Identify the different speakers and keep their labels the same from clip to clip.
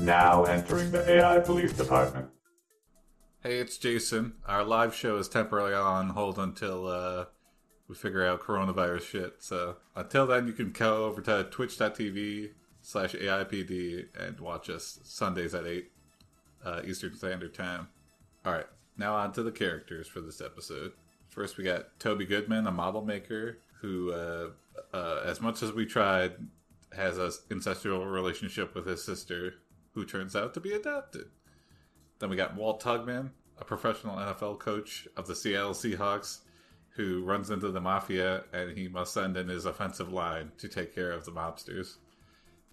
Speaker 1: Now entering the AI Police Department.
Speaker 2: Hey, it's Jason. Our live show is temporarily on hold until uh, we figure out coronavirus shit. So until then, you can go over to twitch.tv slash AIPD and watch us Sundays at 8 uh, Eastern Standard Time. All right, now on to the characters for this episode. First, we got Toby Goodman, a model maker who, uh, uh, as much as we tried, has an ancestral relationship with his sister, who turns out to be adopted. Then we got Walt Tugman, a professional NFL coach of the Seattle Seahawks, who runs into the mafia and he must send in his offensive line to take care of the mobsters.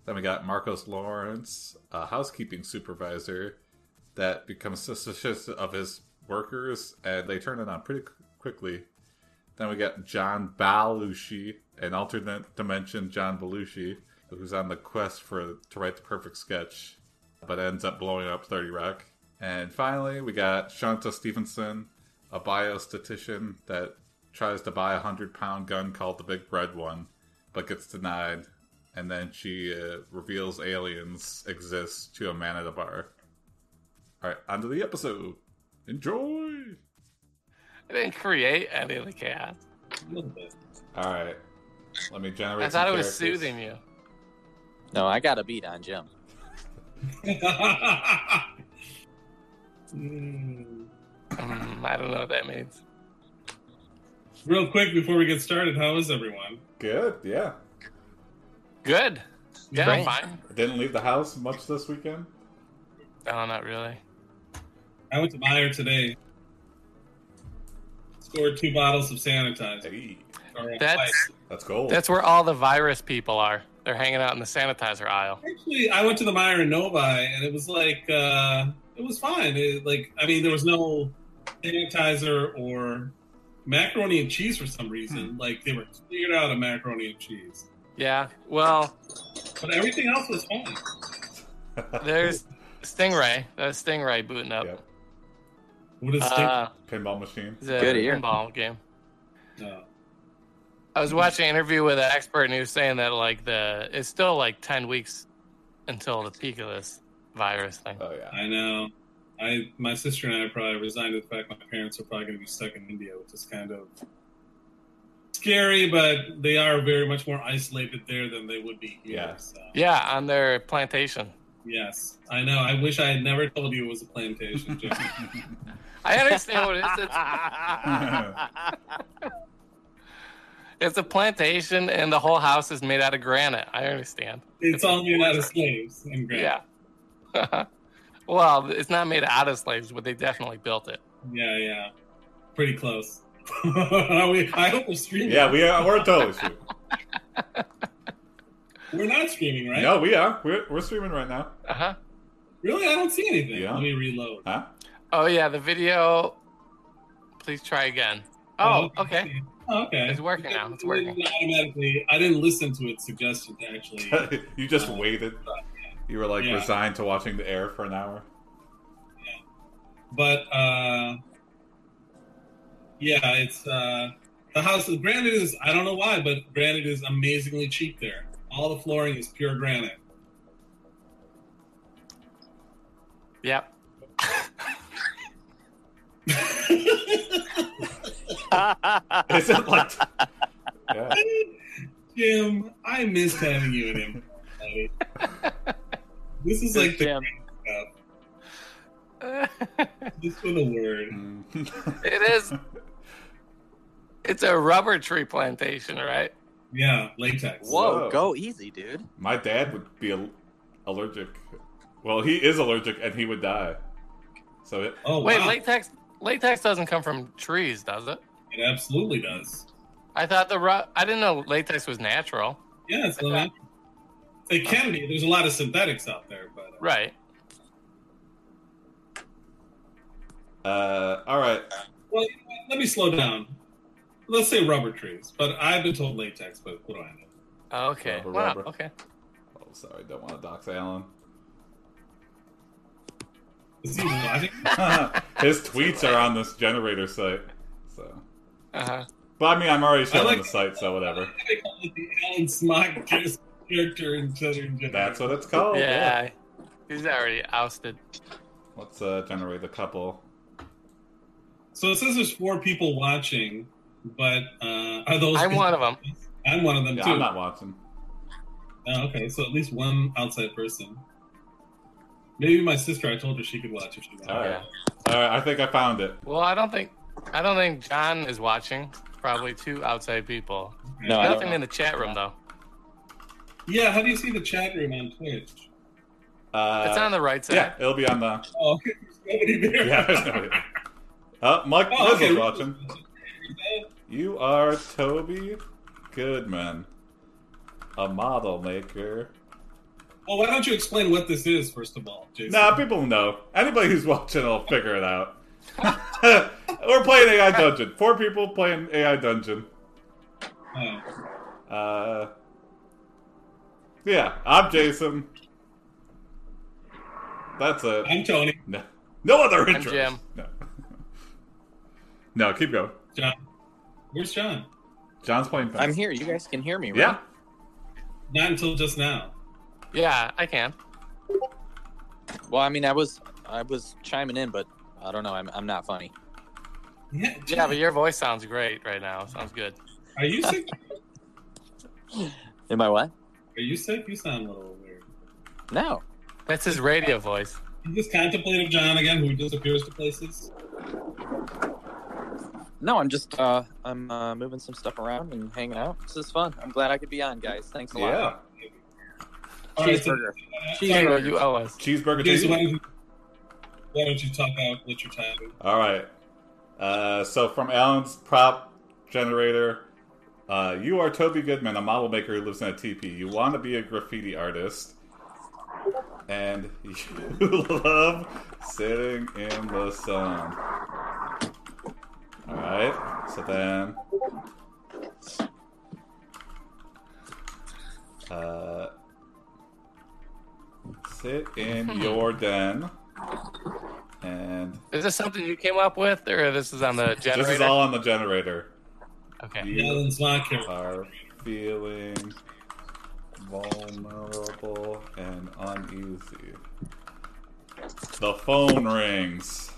Speaker 2: Then we got Marcos Lawrence, a housekeeping supervisor that becomes suspicious of his workers and they turn it on pretty qu- quickly. Then we got John Belushi, an alternate dimension John Belushi, who's on the quest for to write the perfect sketch, but ends up blowing up 30 Rock. And finally, we got Shanta Stevenson, a biostatician that tries to buy a 100 pound gun called the Big Red One, but gets denied. And then she uh, reveals aliens exist to a man at a bar. All right, onto the episode. Enjoy.
Speaker 3: I didn't create any of the chaos.
Speaker 2: All right, let me generate.
Speaker 3: I thought it
Speaker 2: some
Speaker 3: was
Speaker 2: characters.
Speaker 3: soothing you.
Speaker 4: No, I got a beat on Jim.
Speaker 5: Mm.
Speaker 3: Mm, I don't know what that means.
Speaker 5: Real quick before we get started, how is everyone?
Speaker 2: Good, yeah.
Speaker 3: Good. Yeah,
Speaker 4: Great.
Speaker 3: I'm fine.
Speaker 2: Didn't leave the house much this weekend.
Speaker 3: No, not really.
Speaker 5: I went to Meyer today. Scored two bottles of sanitizer.
Speaker 2: Hey,
Speaker 5: Or uh, a
Speaker 3: That's
Speaker 2: that's gold.
Speaker 3: that's where all the virus people are. They're hanging out in the sanitizer aisle.
Speaker 5: pint. Actually, I went to the Meyer in Novi, and it was like uh, it was fine. It, like I mean, there was no sanitizer or macaroni and cheese for some reason.
Speaker 3: Hmm.
Speaker 5: Like they were cleared out of macaroni and cheese,
Speaker 3: Yeah. Well,
Speaker 5: but everything else was fine.
Speaker 3: there's Stingray. That's Stingray booting up.
Speaker 2: Yep.
Speaker 5: What is
Speaker 3: Uh,
Speaker 2: pinball machine.
Speaker 3: the
Speaker 4: Good ear.
Speaker 3: pinball game.
Speaker 5: stick? No.
Speaker 3: I was watching an interview with an expert, and he was saying that like the it's still like ten weeks until the peak of this virus thing.
Speaker 2: Oh yeah.
Speaker 5: I know. I my sister and I probably resigned to the fact my parents are probably going to be stuck in India, which is kind of scary. But they are very much more isolated there than they would be here.
Speaker 2: Yeah.
Speaker 5: So.
Speaker 3: Yeah, on their plantation.
Speaker 5: Yes, I know. I wish I had never told you it was a plantation. Jim.
Speaker 3: I understand what it is. It's, it's a plantation, and the whole house is made out of granite. I understand.
Speaker 5: it's all made out of slaves and grain.
Speaker 3: Yeah. well, it's not made out of slaves, but they definitely built it.
Speaker 5: yeah, yeah. Pretty close. we, I hope we're streaming.
Speaker 2: Yeah, we are. We're totally streaming.
Speaker 5: we're not streaming, right?
Speaker 2: No, we are. We're, we're streaming right now.
Speaker 3: Uh huh.
Speaker 5: Really, I don't see anything.
Speaker 2: Yeah.
Speaker 5: Let me reload.
Speaker 2: Huh?
Speaker 3: Oh yeah, the video. Please try again. Oh, okay.
Speaker 5: Oh, okay.
Speaker 3: It's working now. It's working.
Speaker 5: It Automatically, I didn't listen to its suggestion to actually.
Speaker 2: you just waited. You were like
Speaker 5: Yeah.
Speaker 2: resigned to watching the air for an hour.
Speaker 5: but uh, yeah, it's uh, the house. of Granite is I don't know why, but granite is amazingly cheap there. All the flooring is pure granite.
Speaker 3: Yep.
Speaker 2: Is it like? yeah.
Speaker 5: Jim, I missed having you in him. buddy. this is like the,
Speaker 4: Jim.
Speaker 5: this with a word.
Speaker 2: Mm.
Speaker 3: it is. It's a rubber tree plantation, right?
Speaker 5: Yeah, latex.
Speaker 4: Whoa,
Speaker 2: Whoa.
Speaker 4: go easy, dude.
Speaker 2: My dad would be al- allergic. Well, he is allergic, and he would die. So it,
Speaker 5: Oh
Speaker 3: Wait,
Speaker 5: wow.
Speaker 3: latex latex doesn't come from trees, does it?
Speaker 5: It absolutely does.
Speaker 3: I thought the ru- I didn't know latex was natural.
Speaker 5: Yeah, it's not. It can be. There's a lot of synthetics out there, but uh,
Speaker 3: Right.
Speaker 2: uh, all right.
Speaker 5: let me slow down. Let's say rubber trees, but I've been told latex. But what do I know?
Speaker 3: Okay.
Speaker 2: Rubber,
Speaker 3: wow.
Speaker 2: rubber.
Speaker 3: Okay.
Speaker 2: Oh, sorry. Don't want to dox Alan.
Speaker 5: Is he watching?
Speaker 2: His tweets are on this generator site. So,
Speaker 3: Uh huh.
Speaker 2: but I mean, I'm already showing
Speaker 5: like-
Speaker 2: the site, so uh, whatever.
Speaker 5: they call it the Alan Smock character in Southern Jeopardy.
Speaker 1: Oh,
Speaker 2: That's what it's called.
Speaker 3: yeah. He's already ousted.
Speaker 2: Let's uh, generate a couple.
Speaker 5: So it says there's four people watching, but uh, are those?
Speaker 3: I'm one of them.
Speaker 5: I'm one of them
Speaker 2: Yeah,
Speaker 5: too.
Speaker 2: I'm not watching.
Speaker 5: Oh, okay, so at least one outside person. Maybe my sister. I told her she could watch if she wanted.
Speaker 2: All right. All right, I think I found it.
Speaker 3: Well, I don't think I don't think John is watching. Probably two outside people.
Speaker 4: No, I don't
Speaker 3: Nothing
Speaker 4: know.
Speaker 3: in the chat room though.
Speaker 5: Yeah. How do you see the chat room on Twitch?
Speaker 2: Uh,
Speaker 3: It's on the right side.
Speaker 2: yeah, it'll be on the.
Speaker 5: Oh, okay, there's nobody there.
Speaker 2: Yeah, there's no. Oh, Mike
Speaker 5: Oh,
Speaker 2: Mizzle's
Speaker 5: okay.
Speaker 2: watching. You are Toby Goodman, a model maker.
Speaker 5: Well, why don't you explain what this is first of all, Jason?
Speaker 2: Nah, people know. Anybody who's watching will figure it out. We're playing AI Dungeon. Four people playing AI Dungeon.
Speaker 5: Oh.
Speaker 2: Uh, yeah, I'm Jason. That's it.
Speaker 5: I'm Tony.
Speaker 2: No, no other
Speaker 3: I'm
Speaker 2: intro.
Speaker 3: Jim.
Speaker 2: No. no, keep going.
Speaker 5: John. Where's John?
Speaker 2: John's playing.
Speaker 4: I'm here. You guys can hear me, right?
Speaker 2: Yeah.
Speaker 5: Not until just now.
Speaker 3: Yeah, I can.
Speaker 4: Well, I mean, I was I was chiming in, but I don't know. I'm I'm not funny.
Speaker 5: Yeah.
Speaker 3: Yeah, but your voice sounds great right now. Sounds good.
Speaker 5: Are you sick?
Speaker 4: Am I what?
Speaker 5: Are you sick? You sound a little weird.
Speaker 4: No.
Speaker 3: That's his radio voice.
Speaker 5: Is this contemplative John again, who disappears to places?
Speaker 4: No, I'm just uh I'm uh, moving some stuff around and hanging out. This is fun. I'm glad I could be on, guys. Thanks a lot.
Speaker 2: Yeah.
Speaker 5: All right, so- uh,
Speaker 4: Cheeseburger.
Speaker 3: Anyway,
Speaker 4: Cheeseburger.
Speaker 3: you owe us.
Speaker 2: Cheeseburger.
Speaker 5: Okay,
Speaker 2: to
Speaker 5: so
Speaker 2: you.
Speaker 5: why don't you, why don't you talk out what you're typing?
Speaker 2: All right. Uh, so from Alan's prop generator, uh, you are Toby Goodman, a model maker who lives in a teepee. You want to be a graffiti artist, and you love sitting in the sun. All right. So then. Uh, sit in your den and
Speaker 3: Is this something you came up with, or this is on the generator?
Speaker 2: this is all on the generator.
Speaker 3: okay.
Speaker 2: You
Speaker 5: Alan's not here.
Speaker 2: are feeling vulnerable and uneasy. The phone rings.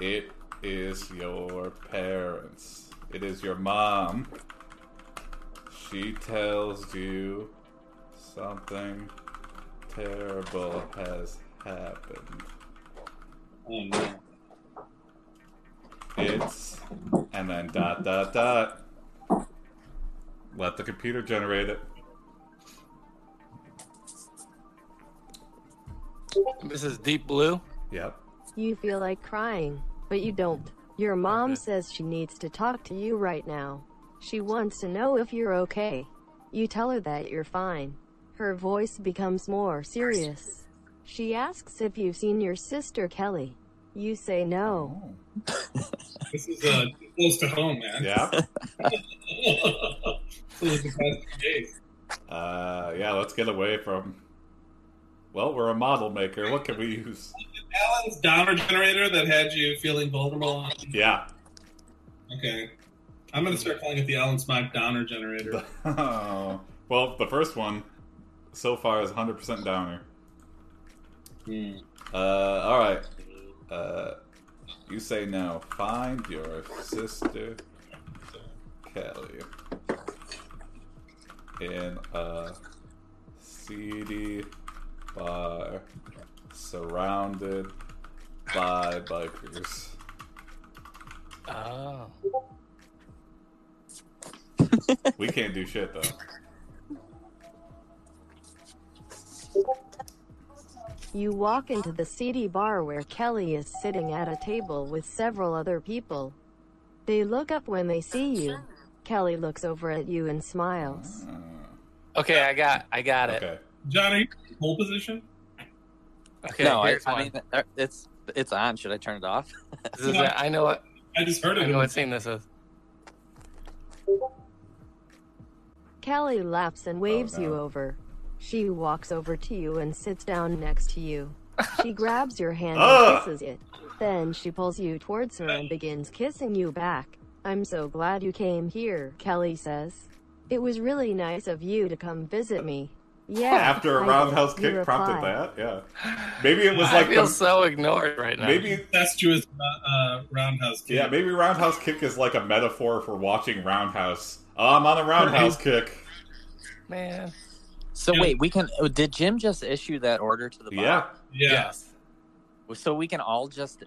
Speaker 2: It is your parents. It is your mom. She tells you something terrible has happened.
Speaker 5: Oh, no.
Speaker 2: It's and then dot dot dot. Let the computer generate it.
Speaker 3: This is Deep Blue.
Speaker 2: Yep.
Speaker 6: You feel like crying, but you don't. Your mom
Speaker 3: Okay.
Speaker 6: says she needs to talk to you right now. She wants to know if you're okay. You tell her that you're fine. Her voice becomes more serious. She asks if you've seen your sister Kelly. You say no.
Speaker 5: This is uh, close to home, man.
Speaker 2: Yeah.
Speaker 5: This is the past few days.
Speaker 2: Uh, yeah. Let's get away from. Well, we're a model maker. What can we use?
Speaker 5: Alan's downer generator that had you feeling vulnerable.
Speaker 2: Yeah.
Speaker 5: Okay. I'm going to start calling it the Alan Smock downer generator.
Speaker 2: well, the first one so far is 100% downer.
Speaker 5: Hmm.
Speaker 2: Uh, all right. Uh, you say now. Find your sister,
Speaker 5: Hmm.
Speaker 2: Kelly, in a seedy bar surrounded by bikers.
Speaker 3: Oh.
Speaker 2: We can't do shit though.
Speaker 6: You walk into the seedy bar where Kelly is sitting at a table with several other people. They look up when they see you. Kelly looks over at you and smiles.
Speaker 2: Ah,
Speaker 3: Okay, I got, I got it.
Speaker 2: okay.
Speaker 5: John, are you in pole position?
Speaker 3: Okay,
Speaker 4: no, I,
Speaker 3: here's
Speaker 4: I
Speaker 3: one.
Speaker 4: mean uh, it's it's on. Should I turn it off?
Speaker 3: This is it. I know what,
Speaker 5: I just heard
Speaker 3: I
Speaker 5: it.
Speaker 3: know what scene this is.
Speaker 6: Kelly laughs
Speaker 1: Oh,
Speaker 6: and waves you
Speaker 2: no.
Speaker 6: over. She walks over to you and sits down next to you. She grabs your hand
Speaker 2: Ugh.
Speaker 6: and kisses it. Then she pulls you towards her and begins kissing you back. I'm so glad you came here, Kelly says. It was really nice of you to come visit me. Yeah.
Speaker 1: After a
Speaker 6: I-
Speaker 1: roundhouse
Speaker 6: you
Speaker 1: kick prompted
Speaker 6: replied.
Speaker 1: that, yeah. Maybe it was
Speaker 3: I
Speaker 1: like
Speaker 3: feel
Speaker 1: the,
Speaker 3: so ignored right now.
Speaker 1: maybe
Speaker 5: That's Jewish uh, uh, roundhouse kick.
Speaker 1: yeah maybe roundhouse kick is like a metaphor for watching roundhouse. Oh, I'm on a roundhouse kick.
Speaker 3: man.
Speaker 4: So
Speaker 5: Yeah.
Speaker 4: wait, we can. oh, Did Jim just issue that order to the bot?
Speaker 1: Yeah,
Speaker 5: yeah.
Speaker 3: Yes.
Speaker 4: So we can all just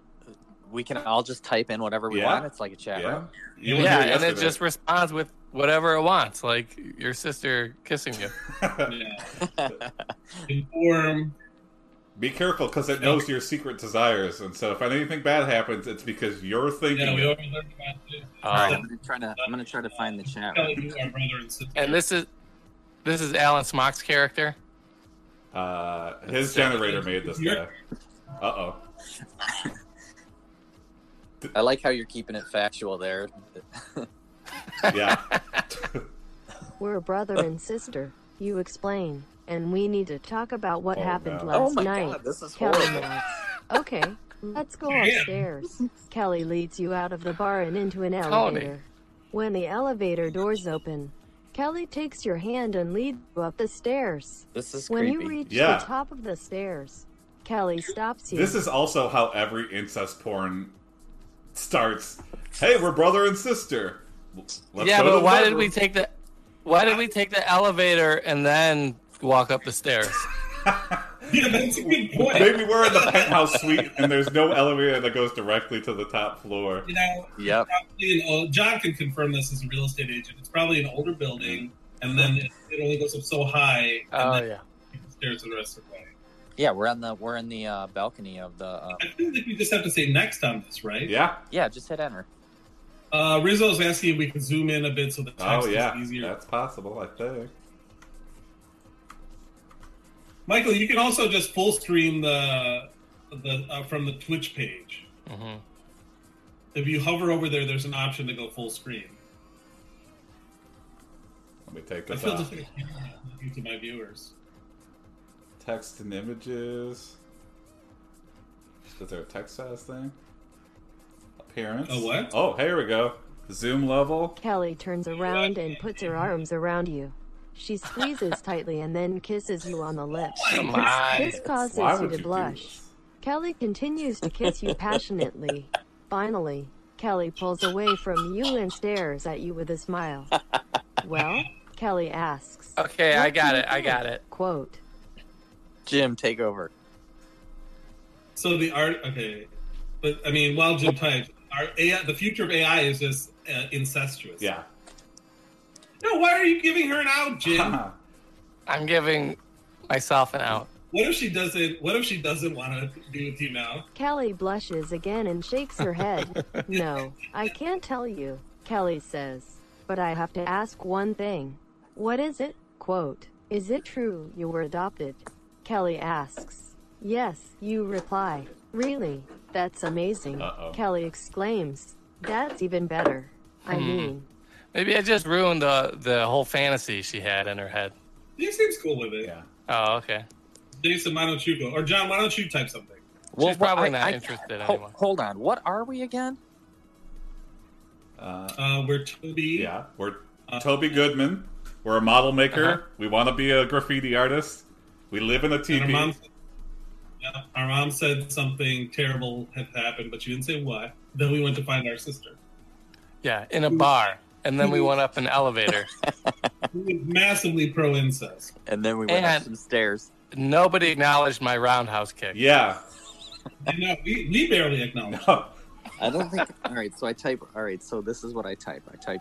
Speaker 4: we can all just type in whatever we
Speaker 1: Yeah.
Speaker 4: want. It's like a chat.
Speaker 1: yeah.
Speaker 4: room.
Speaker 1: You were
Speaker 3: Yeah,
Speaker 1: here
Speaker 3: and it
Speaker 1: yesterday.
Speaker 3: just responds with whatever it wants, like your sister kissing you.
Speaker 5: yeah. Inform.
Speaker 1: Be careful because it knows your secret desires, and so if anything bad happens, it's because you're thinking.
Speaker 5: Yeah, we already learned about it.
Speaker 4: Alright, I'm
Speaker 3: Um,
Speaker 4: gonna try to I'm gonna try to find the chat. room.
Speaker 5: Telling you our brother and sister.
Speaker 3: and this is this is Alan Smock's character.
Speaker 1: uh, his generator made this guy. Uh oh.
Speaker 4: I like how you're keeping it factual there.
Speaker 1: Yeah.
Speaker 6: We're brother and sister. You explain, and we need to talk about what
Speaker 1: Oh,
Speaker 6: happened
Speaker 1: no.
Speaker 6: last
Speaker 4: oh my
Speaker 6: night.
Speaker 4: god, this is
Speaker 6: Kelly
Speaker 4: horrible.
Speaker 6: nods. Okay, let's go
Speaker 5: Damn.
Speaker 6: upstairs. Kelly leads you out of the bar and into an
Speaker 3: Tony.
Speaker 6: elevator. When the elevator doors open, Kelly takes your hand and leads you up the stairs.
Speaker 4: This is
Speaker 6: When
Speaker 4: creepy.
Speaker 6: you reach
Speaker 1: Yeah.
Speaker 6: the top of the stairs, Kelly stops you.
Speaker 1: This is also how every incest porn starts. Hey, we're brother and sister. Let's
Speaker 3: yeah,
Speaker 1: go to
Speaker 3: but
Speaker 1: the
Speaker 3: why did
Speaker 1: bedroom.
Speaker 3: we take the why did we take the elevator and then walk up the stairs?
Speaker 5: yeah, that's a good point.
Speaker 1: Maybe we're in the penthouse suite and there's no elevator that goes directly to the top floor.
Speaker 5: You know,
Speaker 4: Yep.
Speaker 5: probably an old, John can confirm this as a real estate agent. It's probably an older building, and then it, it only goes up so high, and
Speaker 3: Oh
Speaker 5: then
Speaker 3: yeah.
Speaker 5: stairs to the rest of the way.
Speaker 4: Yeah, we're on the we're in the uh, balcony of the uh,
Speaker 5: I feel like we just have to say next on this, right?
Speaker 1: Yeah.
Speaker 4: Yeah, just hit enter.
Speaker 5: Uh, Rizzo's asking if we can zoom in a bit so the text
Speaker 1: Oh yeah.
Speaker 5: is easier.
Speaker 1: That's possible. I think.
Speaker 5: Michael, you can also just full stream the the uh, from the Twitch page.
Speaker 3: hmm
Speaker 5: If you hover over there, there's an option to go full screen.
Speaker 1: Let me take
Speaker 5: I
Speaker 1: this
Speaker 5: feel
Speaker 1: off.
Speaker 5: just like a camera to my viewers.
Speaker 1: Text and images. Is there a text size thing? Appearance.
Speaker 5: A what?
Speaker 1: Oh, here we go. Zoom level.
Speaker 6: Kelly turns around and puts her arms around you. She squeezes tightly and then kisses you on the lips.
Speaker 4: Oh
Speaker 3: Come on.
Speaker 6: This causes
Speaker 1: Why would
Speaker 6: you
Speaker 1: you
Speaker 6: to
Speaker 1: do
Speaker 6: blush.
Speaker 1: this?
Speaker 6: Kelly continues to kiss you passionately. Finally, Kelly pulls away from you and stares at you with a smile. Well, Kelly asks,
Speaker 1: Uh,
Speaker 3: Okay, I
Speaker 6: What do
Speaker 3: got
Speaker 6: you
Speaker 3: it. I
Speaker 6: think?
Speaker 3: got it.
Speaker 6: quote,
Speaker 4: Jim, take over.
Speaker 5: So the art, okay, but I mean, while Jim types, our AI, the future of AI is just uh, incestuous.
Speaker 1: Yeah.
Speaker 5: No, why are you giving her an out, Jim?
Speaker 3: I'm giving myself an out.
Speaker 5: what if she doesn't? What if she doesn't want to be with you now?
Speaker 6: Kelly blushes again and shakes her head. No, I can't tell you, Kelly says. But I have to ask one thing. What is it? Quote, Is it true you were adopted? Kelly asks. Yes, you reply. Really? That's amazing.
Speaker 1: Uh-oh.
Speaker 6: Kelly exclaims. That's even better. I mean,
Speaker 3: Maybe I just ruined the the whole fantasy she had in her head.
Speaker 5: Dave seems cool with it.
Speaker 1: yeah.
Speaker 3: Oh, okay.
Speaker 5: Jason, why don't you go? Or John, why don't you type something?
Speaker 4: Well,
Speaker 3: She's probably
Speaker 4: I-
Speaker 3: not
Speaker 4: I-
Speaker 3: interested
Speaker 4: ho-
Speaker 3: anymore.
Speaker 4: Hold on. What are we again?
Speaker 1: Uh,
Speaker 5: Uh, we're Toby.
Speaker 1: yeah. We're Toby Goodman. We're a model maker.
Speaker 3: Uh, Uh-huh.
Speaker 1: We want to be a graffiti artist. We live in a
Speaker 5: And our
Speaker 1: TV.
Speaker 5: mom. Said, yeah, our mom said something terrible had happened, but she didn't say what. Then we went to find our sister.
Speaker 3: Yeah, in a bar, and then we went up an elevator.
Speaker 5: Who was massively pro incest.
Speaker 4: And then we went up
Speaker 3: And-
Speaker 4: some stairs.
Speaker 3: Nobody acknowledged my roundhouse kick.
Speaker 1: Yeah.
Speaker 5: And no, we, we barely acknowledge.
Speaker 4: I don't think. all right, so I type. All right, so this is what I type. I type.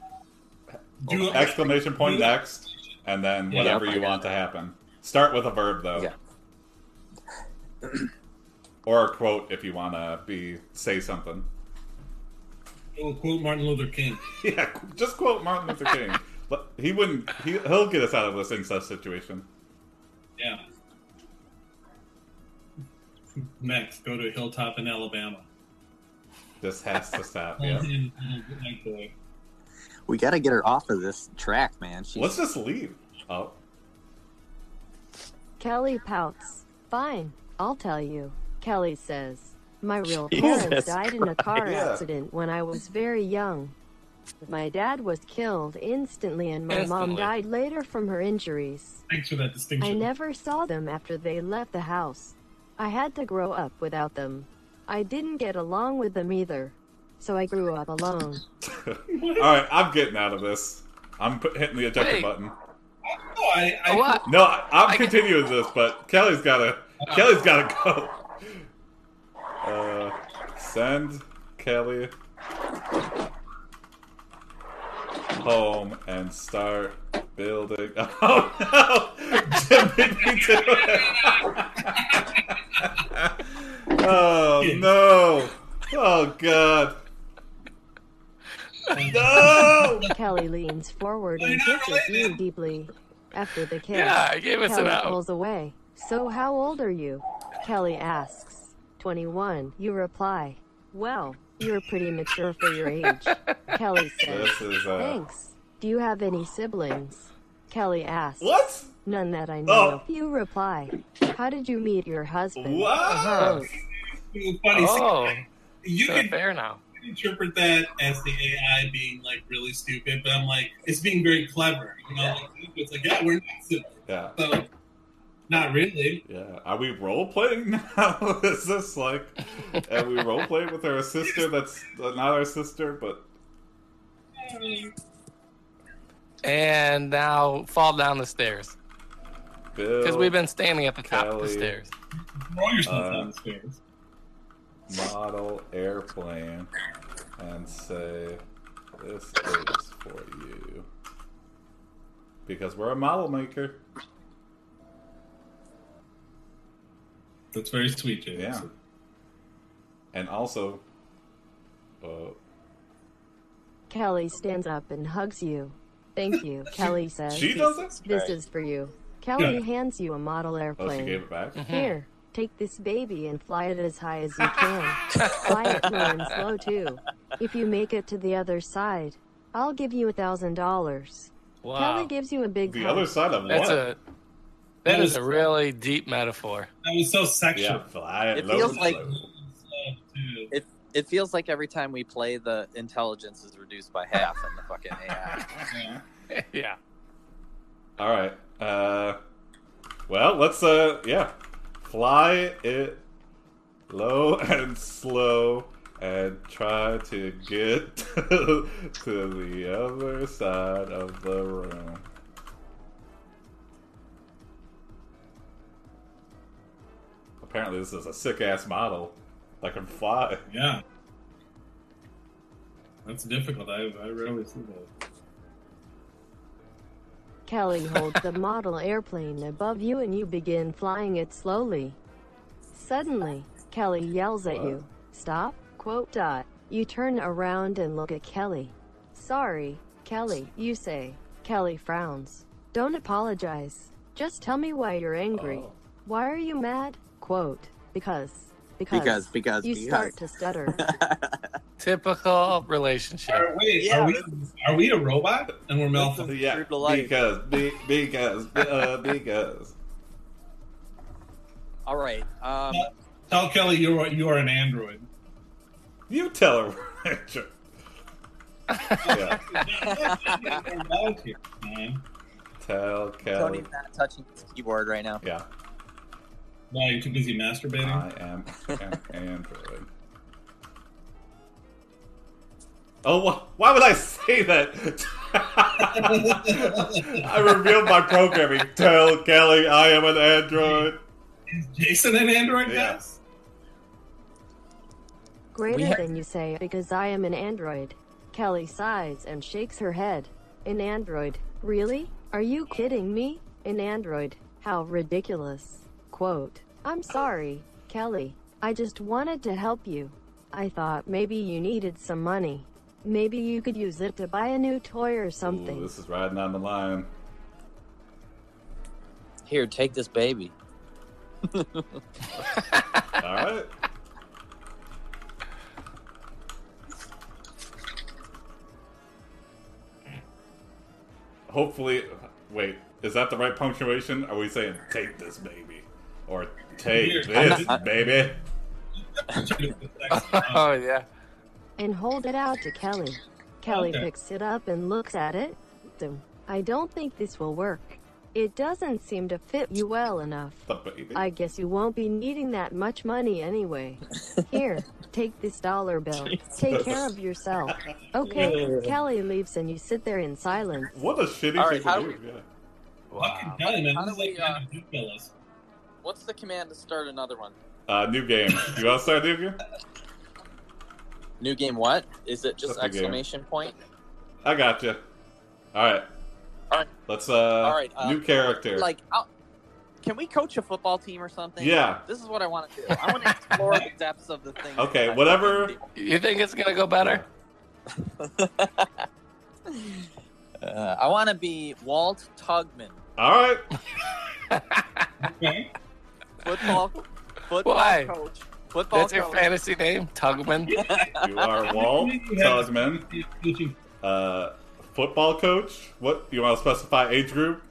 Speaker 5: Do
Speaker 1: Exclamation point
Speaker 5: Yeah.
Speaker 1: next, and then
Speaker 5: Yeah.
Speaker 3: Oh
Speaker 1: whatever
Speaker 4: Yeah.
Speaker 1: you want to happen. Start with a verb though.
Speaker 4: Yeah.
Speaker 1: or a quote if you want to be say something.
Speaker 5: we'll quote Martin Luther King.
Speaker 1: Yeah, qu- just quote Martin Luther King. But he wouldn't. He, he'll get us out of this incest situation.
Speaker 5: Yeah. Next, go to a hilltop in Alabama. Oh,
Speaker 1: This has to stop. Yeah.
Speaker 5: And- and like the-
Speaker 4: We got to get her off of this track, man. She's,
Speaker 1: Let's just leave. Oh,
Speaker 6: Kelly pouts. Fine, I'll tell you, Kelly says. My real
Speaker 4: Jesus
Speaker 6: parents died in a car
Speaker 1: Christ.
Speaker 6: accident when I was very young. My dad was killed instantly, and my mom
Speaker 3: Instantly.
Speaker 6: died later from her injuries.
Speaker 5: Thanks for that
Speaker 6: I
Speaker 5: distinction.
Speaker 6: never saw them after they left the house. I had to grow up without them. I didn't get along with them either. So I grew up alone.
Speaker 1: All right, I'm getting out of this. I'm put, hitting the ejector
Speaker 3: Wait.
Speaker 1: button.
Speaker 5: Oh, I, I,
Speaker 3: What?
Speaker 1: No, I, I'm
Speaker 3: I-
Speaker 1: continuing this, but Kelly's gotta. Kelly's gotta go. Uh, send Kelly home and start building. Oh no, Jimmy beat it. oh no! Oh god! No!
Speaker 6: Kelly leans forward and
Speaker 5: You're not
Speaker 6: kisses you
Speaker 5: related.
Speaker 6: deeply. After the kiss,
Speaker 3: Yeah, I gave us an
Speaker 6: Kelly
Speaker 3: out.
Speaker 6: pulls away. So how old are you? Kelly asks. 21. You reply. Well, you're pretty mature for your age. Kelly says.
Speaker 1: This is uh.
Speaker 6: Thanks. Do you have any siblings? Kelly asks.
Speaker 1: What?
Speaker 6: None that I know
Speaker 1: Oh.
Speaker 6: of. You reply. How did you meet your husband?
Speaker 1: What?
Speaker 6: Close.
Speaker 5: it's funny.
Speaker 3: Oh,
Speaker 5: you
Speaker 3: so
Speaker 5: can
Speaker 3: fair now.
Speaker 5: interpret that as the AI being like really stupid, but I'm like, it's being very clever. You know, like, it's like, yeah, we're not siblings.
Speaker 1: Yeah.
Speaker 5: So, not really.
Speaker 1: Yeah, are we role playing now? Is this like, are we role playing with our sister that's not our sister, but
Speaker 3: And now fall down the stairs
Speaker 1: Bill?
Speaker 3: because we've been standing at the top of the
Speaker 1: Kelly.
Speaker 3: stairs.
Speaker 5: Roll yourself
Speaker 1: Uh,
Speaker 5: down the stairs.
Speaker 1: model airplane and say, "This is for you," because we're a model maker.
Speaker 5: That's very sweet, James.
Speaker 1: Yeah, and also, uh,
Speaker 6: Kelly stands up and hugs you. Thank you, Kelly says.
Speaker 1: she does it.
Speaker 6: This
Speaker 4: Right.
Speaker 6: is for you. Kelly
Speaker 5: Yeah.
Speaker 6: hands you a model
Speaker 1: Oh,
Speaker 6: airplane.
Speaker 1: she gave it back.
Speaker 6: Here, take this baby and fly it as high as you can. fly it low and slow too. If you make it to the other side, I'll give you a thousand dollars. Kelly
Speaker 3: Wow,
Speaker 6: gives you a big
Speaker 1: The
Speaker 6: hug.
Speaker 1: other side of
Speaker 3: that's
Speaker 1: what?
Speaker 3: a that is a really deep metaphor.
Speaker 5: That was so sexual.
Speaker 1: yeah, fly it
Speaker 4: It
Speaker 1: low
Speaker 4: feels
Speaker 1: and
Speaker 4: like-
Speaker 1: slow.
Speaker 5: So, too.
Speaker 4: It feels like every time we play, the intelligence is reduced by half in the fucking AI.
Speaker 5: Yeah.
Speaker 3: yeah.
Speaker 1: All right. Uh, well, let's uh, yeah, fly it low and slow, and try to get to the other side of the room. Apparently, this is a sick ass model that can fly.
Speaker 5: Yeah. That's difficult. I, I rarely see that.
Speaker 6: Kelly holds the model airplane above you and you begin flying it slowly. Suddenly, Kelly yells at you, Stop, quote, dot. You turn around and look at Kelly. Sorry, Kelly, you say. Kelly frowns. Don't apologize. Just tell me why you're angry.
Speaker 1: Oh.
Speaker 6: Why are you mad? Quote, because, because,
Speaker 4: Because, because,
Speaker 6: you
Speaker 4: because.
Speaker 6: start to stutter.
Speaker 3: Typical relationship.
Speaker 5: Are, wait,
Speaker 4: Yeah,
Speaker 5: are, we, are we a robot? And we're
Speaker 4: This
Speaker 5: malfunctioning.
Speaker 4: is-
Speaker 1: Yeah,
Speaker 4: True to life.
Speaker 1: because, be, because, uh, because.
Speaker 4: All right. Um,
Speaker 5: Tell Kelly you're you are an android.
Speaker 1: You tell her, Rachel. yeah.
Speaker 5: We're out here, man.
Speaker 1: Tell Kelly.
Speaker 4: Tony's not touching his keyboard right now.
Speaker 1: Yeah,
Speaker 5: Why you're too busy masturbating?
Speaker 1: I am an android. Oh, wh- why would I say that? I revealed my programming. Tell Kelly I am an android.
Speaker 5: Is Jason an android?
Speaker 1: Yeah.
Speaker 5: Yes.
Speaker 6: Greater
Speaker 4: have-
Speaker 6: than you say because I am an android. Kelly sighs and shakes her head. An android? Really? Are you kidding me? An android? How ridiculous. Quote, I'm sorry, Kelly. I just wanted to help you. I thought maybe you needed some money. Maybe you could use it to buy a new toy or something.
Speaker 1: Ooh, this is riding on the line.
Speaker 4: Here, take this baby.
Speaker 1: All right. Hopefully, wait, is that the right punctuation? Are we saying take this baby? Or take
Speaker 5: I'm
Speaker 1: this
Speaker 4: not-
Speaker 1: baby?
Speaker 5: Turn it to sex.
Speaker 3: Oh yeah.
Speaker 6: and hold it out to Kelly. Kelly
Speaker 5: Okay.
Speaker 6: picks it up and looks at it. Dum. I don't think this will work. It doesn't seem to fit you well enough.
Speaker 1: The baby.
Speaker 6: I guess you won't be needing that much money anyway. Here, take this dollar bill. Take care of yourself. Okay, Kelly leaves and you sit there in silence.
Speaker 1: what a shitty
Speaker 4: All right,
Speaker 1: thing
Speaker 4: how
Speaker 1: to
Speaker 4: do
Speaker 1: do. yeah.
Speaker 5: Fucking done, man.
Speaker 4: How
Speaker 5: This is
Speaker 4: do we,
Speaker 5: like
Speaker 4: uh,
Speaker 5: kind of ridiculous.
Speaker 4: What's the command to start another one?
Speaker 1: Uh, new game. You want to start a new game?
Speaker 4: New game what? Is it
Speaker 1: What's
Speaker 4: just
Speaker 1: the game?
Speaker 4: exclamation point?
Speaker 1: I got you. All right.
Speaker 4: All right.
Speaker 1: Let's uh. All
Speaker 4: right, uh,
Speaker 1: new character.
Speaker 4: Like, I'll, can we coach a football team or something?
Speaker 1: yeah.
Speaker 4: This is what I want to do. I want to explore the depths of the thing.
Speaker 1: Okay,
Speaker 4: that I
Speaker 1: whatever-
Speaker 4: fucking
Speaker 3: You think it's gonna go better?
Speaker 4: do. Uh, I want to be Walt Tugman,
Speaker 1: All right.
Speaker 5: Okay.
Speaker 4: football, football
Speaker 3: Why?
Speaker 4: coach, football
Speaker 3: That's your
Speaker 4: coach.
Speaker 3: fantasy name, Tugman.
Speaker 1: You are Walt Tugman,
Speaker 5: He's teaching-
Speaker 1: uh, football coach. What you want to specify age group?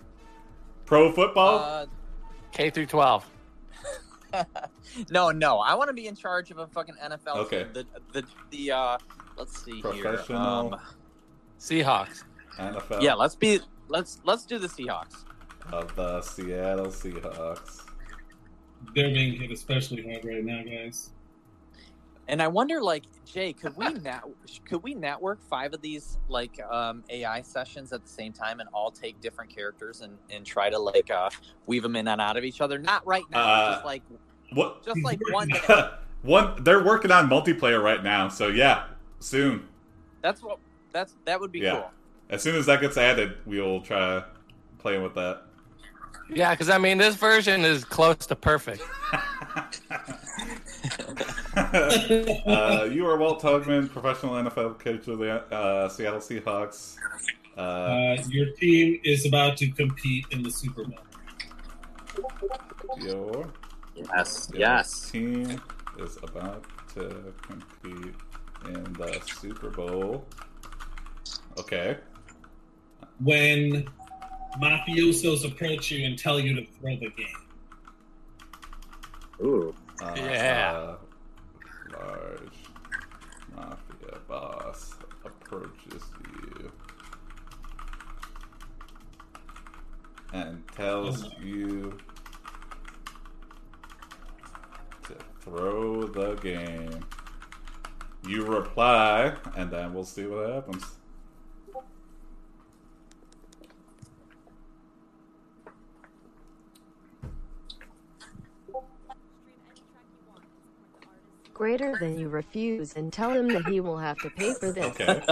Speaker 1: Pro football.
Speaker 4: Uh,
Speaker 3: K through twelve.
Speaker 4: no, no. I want to be in charge of a fucking NFL
Speaker 1: Okay.
Speaker 4: team. The the the uh, let's see here.
Speaker 1: Professional. uh,
Speaker 4: Um,
Speaker 3: Seahawks.
Speaker 1: NFL.
Speaker 4: yeah, let's be let's let's do the Seahawks.
Speaker 1: Of the Seattle Seahawks.
Speaker 5: They're being hit especially hard right now, guys.
Speaker 4: And I wonder, like Jay, could we net could we network five of these like um, AI sessions at the same time and all take different characters and and try to like uh, weave them in and out of each other? Not right now,
Speaker 1: Uh,
Speaker 4: just like
Speaker 1: What?
Speaker 4: just like one day.
Speaker 1: One. They're working on multiplayer right now, so yeah, soon.
Speaker 4: That's what that's that would be
Speaker 1: Yeah.
Speaker 4: cool.
Speaker 1: As soon as that gets added, we'll try playing with that.
Speaker 3: Yeah, because I mean, this version is close to perfect.
Speaker 1: uh, you are Walt Tugman, professional NFL coach of the uh, Seattle Seahawks. Uh,
Speaker 5: Uh, your team is about to compete in the Super Bowl.
Speaker 1: your
Speaker 4: Yes,
Speaker 1: team is about to compete in the Super Bowl. Okay.
Speaker 5: When mafiosos approach you and tell you to throw the game.
Speaker 4: Ooh,
Speaker 1: Uh,
Speaker 3: Yeah.
Speaker 1: a Uh, large mafia boss approaches you and tells you to throw the game. You reply, and then we'll see what happens.
Speaker 6: Greater than you refuse and tell him that he will have to pay for this.
Speaker 1: Okay.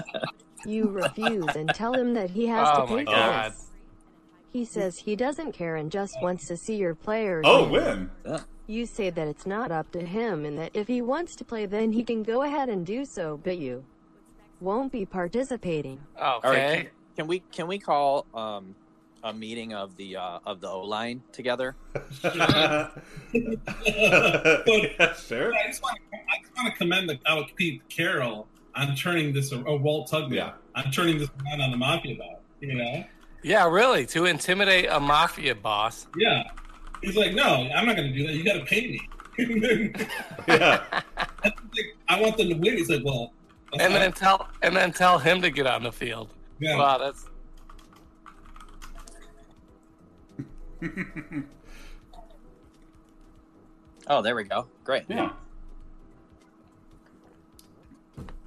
Speaker 6: You refuse and tell him that he has
Speaker 3: Oh
Speaker 6: to pay
Speaker 3: my
Speaker 6: for
Speaker 1: God.
Speaker 6: this. He says he doesn't care and just wants to see your players.
Speaker 1: oh,
Speaker 6: win.
Speaker 1: win!
Speaker 6: You say that it's not up to him and that if he wants to play, then he can go ahead and do so, but you won't be participating.
Speaker 3: Okay.
Speaker 4: All right, can, can we can we call um, a meeting of the uh, of the O line together?
Speaker 1: Oh, sure.
Speaker 5: I just want to, I just want to commend the out Pete Carroll on turning this, or Walt Tugman,
Speaker 1: Yeah.
Speaker 5: on turning this around on the mafia ball. You know,
Speaker 3: Yeah, really, to intimidate a mafia boss.
Speaker 5: yeah. He's like, no, I'm not going to do that. You got to pay me. He's
Speaker 1: Yeah.
Speaker 5: like, I want them to win. He's like, well, that's
Speaker 3: and
Speaker 5: not-
Speaker 3: then tell and then tell him to get on the field.
Speaker 5: yeah.
Speaker 3: Wow, that's
Speaker 4: Oh, there we go. Great.
Speaker 1: yeah.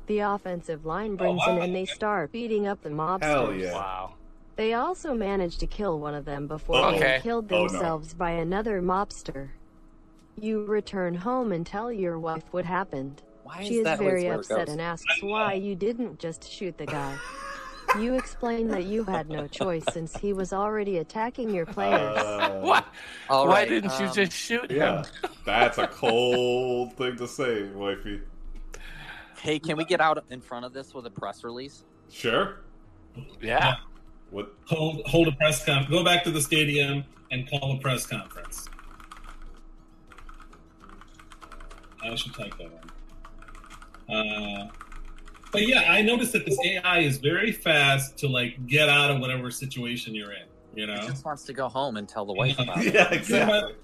Speaker 6: The offensive line brings in and they start beating up the mobsters.
Speaker 1: Oh, Hell yeah.
Speaker 3: wow.
Speaker 6: They also managed to kill one of them before
Speaker 1: Uh-oh.
Speaker 3: Okay.
Speaker 6: they killed
Speaker 1: Oh, no.
Speaker 6: themselves by another mobster. You return home and tell your wife what happened.
Speaker 4: Why
Speaker 6: She
Speaker 4: is
Speaker 6: is
Speaker 4: that
Speaker 6: very
Speaker 4: where it
Speaker 6: upset
Speaker 4: goes?
Speaker 6: and asks why you didn't just shoot the guy. you explain that you had no choice since he was already attacking your players.
Speaker 1: Uh,
Speaker 3: Why,
Speaker 4: All
Speaker 3: why
Speaker 4: right,
Speaker 3: didn't you
Speaker 4: um,
Speaker 3: just shoot
Speaker 1: Yeah,
Speaker 3: him?
Speaker 1: that's a cold thing to say, wifey.
Speaker 4: Hey, can we get out in front of this with a press release?
Speaker 1: Sure.
Speaker 3: Yeah.
Speaker 1: What?
Speaker 5: hold hold a press conf. Go back to the stadium and call a press conference. I should type that one. Uh, but yeah, I noticed that this AI is very fast to like get out of whatever situation you're in. You
Speaker 4: He
Speaker 5: know,
Speaker 4: just wants to go home and tell the wife about it.
Speaker 1: Yeah, exactly.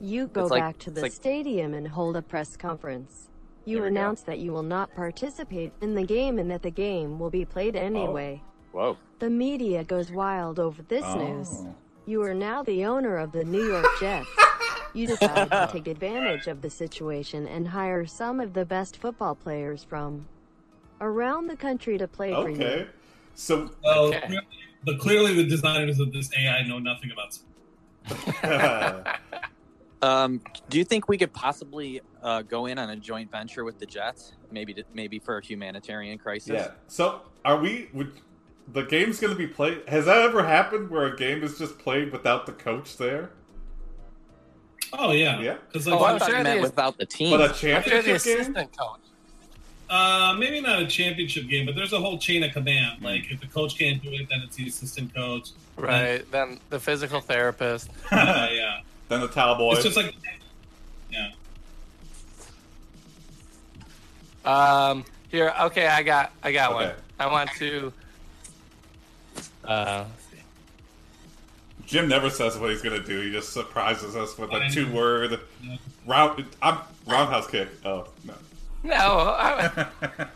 Speaker 6: You go
Speaker 4: It's like-
Speaker 6: back to
Speaker 4: it's
Speaker 6: the
Speaker 4: like-
Speaker 6: stadium and hold a press conference. You
Speaker 4: There we go.
Speaker 6: announce that you will not participate in the game and that the game will be played anyway.
Speaker 4: Oh, Whoa.
Speaker 6: The media goes wild over this news.
Speaker 1: Oh.
Speaker 6: You are now the owner of the New York Jets. You decide to take advantage of the situation and hire some of the best football players from around the country to play for you.
Speaker 1: Okay. So
Speaker 5: Well,
Speaker 3: Okay.
Speaker 5: clearly, but clearly the designers of this AI know nothing about sports.
Speaker 4: Um, do you think we could possibly uh, go in on a joint venture with the Jets? Maybe to, maybe for a humanitarian crisis.
Speaker 1: yeah. So are we? Would the game's going to be played? Has that ever happened where a game is just played without the coach there?
Speaker 5: Oh yeah,
Speaker 1: Yeah.
Speaker 5: Because
Speaker 4: Oh,
Speaker 5: like,
Speaker 3: Well,
Speaker 4: I
Speaker 3: I'm
Speaker 4: thought
Speaker 3: sure
Speaker 4: you meant
Speaker 3: they-
Speaker 4: without the team.
Speaker 1: But a
Speaker 3: Hmm. I'm sure the
Speaker 1: championship game.
Speaker 3: assistant coach.
Speaker 5: uh, maybe not a championship game, but there's a whole chain of command. Like if the coach can't do it, then it's the assistant coach.
Speaker 4: Mm-hmm.
Speaker 3: Right. Then the physical therapist.
Speaker 5: Uh, yeah,
Speaker 1: Then the towel boy.
Speaker 5: it's just like yeah.
Speaker 3: Um, here, okay, I got, I got one.
Speaker 1: Okay.
Speaker 3: I want to. Uh,
Speaker 1: Jim never says what he's going to do. He just surprises us with a
Speaker 5: Fine.
Speaker 1: two-word
Speaker 5: Yeah.
Speaker 1: round. I'm roundhouse kick. Oh no.
Speaker 3: no, I,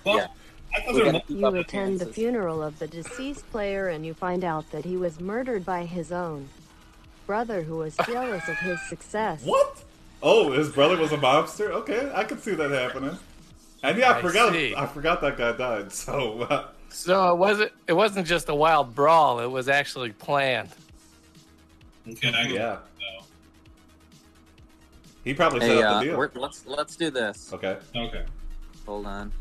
Speaker 5: Well,
Speaker 4: Yeah.
Speaker 5: I thought
Speaker 4: We
Speaker 5: there were
Speaker 4: gotta
Speaker 5: multiple
Speaker 4: keep
Speaker 6: You
Speaker 4: up
Speaker 6: attend the
Speaker 4: appearances.
Speaker 6: funeral of the deceased player and you find out that he was murdered by his own brother who was jealous of his success.
Speaker 1: What? Oh, his brother was a mobster. Okay, I can see that happening. And yeah, I,
Speaker 3: I
Speaker 1: forgot.
Speaker 3: see.
Speaker 1: I forgot that guy died. So uh,
Speaker 3: so it wasn't, it wasn't just a wild brawl. It was actually planned.
Speaker 5: Okay, I can-
Speaker 1: yeah,
Speaker 5: no.
Speaker 1: he probably set
Speaker 4: Hey,
Speaker 1: up
Speaker 4: uh,
Speaker 1: the deal.
Speaker 4: we're, let's let's do this.
Speaker 1: Okay.
Speaker 5: Okay.
Speaker 4: Hold on.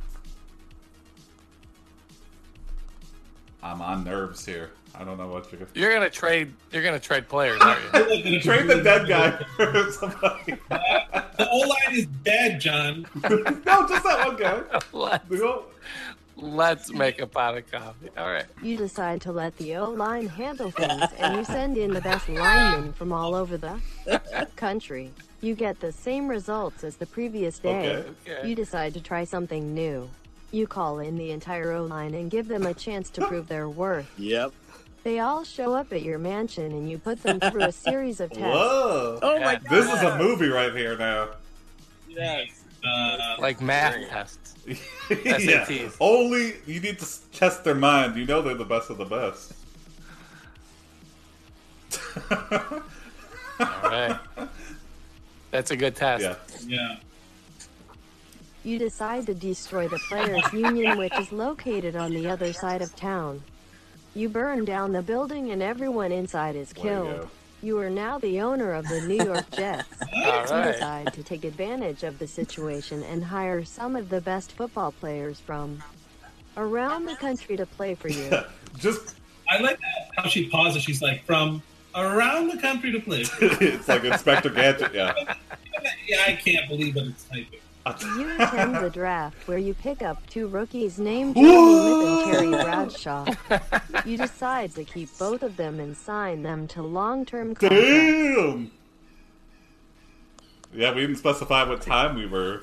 Speaker 1: I'm on nerves here. I don't know what you're.
Speaker 3: You're gonna trade. You're gonna trade players, are you?
Speaker 1: Trade the dead guy for somebody.
Speaker 5: The O line is dead, John.
Speaker 1: no, just that one guy.
Speaker 3: Let,
Speaker 1: We won't-
Speaker 3: let's make a pot of coffee. All right.
Speaker 6: You decide to let the O line handle things and you send in the best linemen from all over the country. You get the same results as the previous day.
Speaker 1: Okay.
Speaker 3: Okay.
Speaker 6: You decide to try something new. You call in the entire O line and give them a chance to prove their worth.
Speaker 4: Yep.
Speaker 6: They all show up at your mansion and you put them through a series of tests.
Speaker 1: Whoa!
Speaker 4: Oh
Speaker 3: my
Speaker 1: This is a movie right here now.
Speaker 4: Yes.
Speaker 5: Uh,
Speaker 3: Like math tests.
Speaker 1: yeah.
Speaker 3: SATs.
Speaker 1: Only you need to s- test their mind. You know they're the best of the best.
Speaker 3: All right. That's a good test.
Speaker 1: yeah.
Speaker 5: yeah.
Speaker 6: You decide to destroy the players' union, which is located on the other side of town. You burn down the building and everyone inside is
Speaker 1: Way to go.
Speaker 6: killed. You are now the owner of the New York Jets.
Speaker 3: All
Speaker 6: You
Speaker 3: right.
Speaker 6: decide to take advantage of the situation and hire some of the best football players from around the country to play for you.
Speaker 1: Just
Speaker 5: I like that, how she pauses. She's like, from around the country to play.
Speaker 1: it's like Inspector Gadget. Yeah.
Speaker 5: yeah, I can't believe what it's typing.
Speaker 6: You attend the draft where you pick up two rookies named Jeremy Smith and Terry Bradshaw. You decide to keep both of them and sign them to long-term contracts.
Speaker 1: Damn. Yeah, we didn't specify what time we were.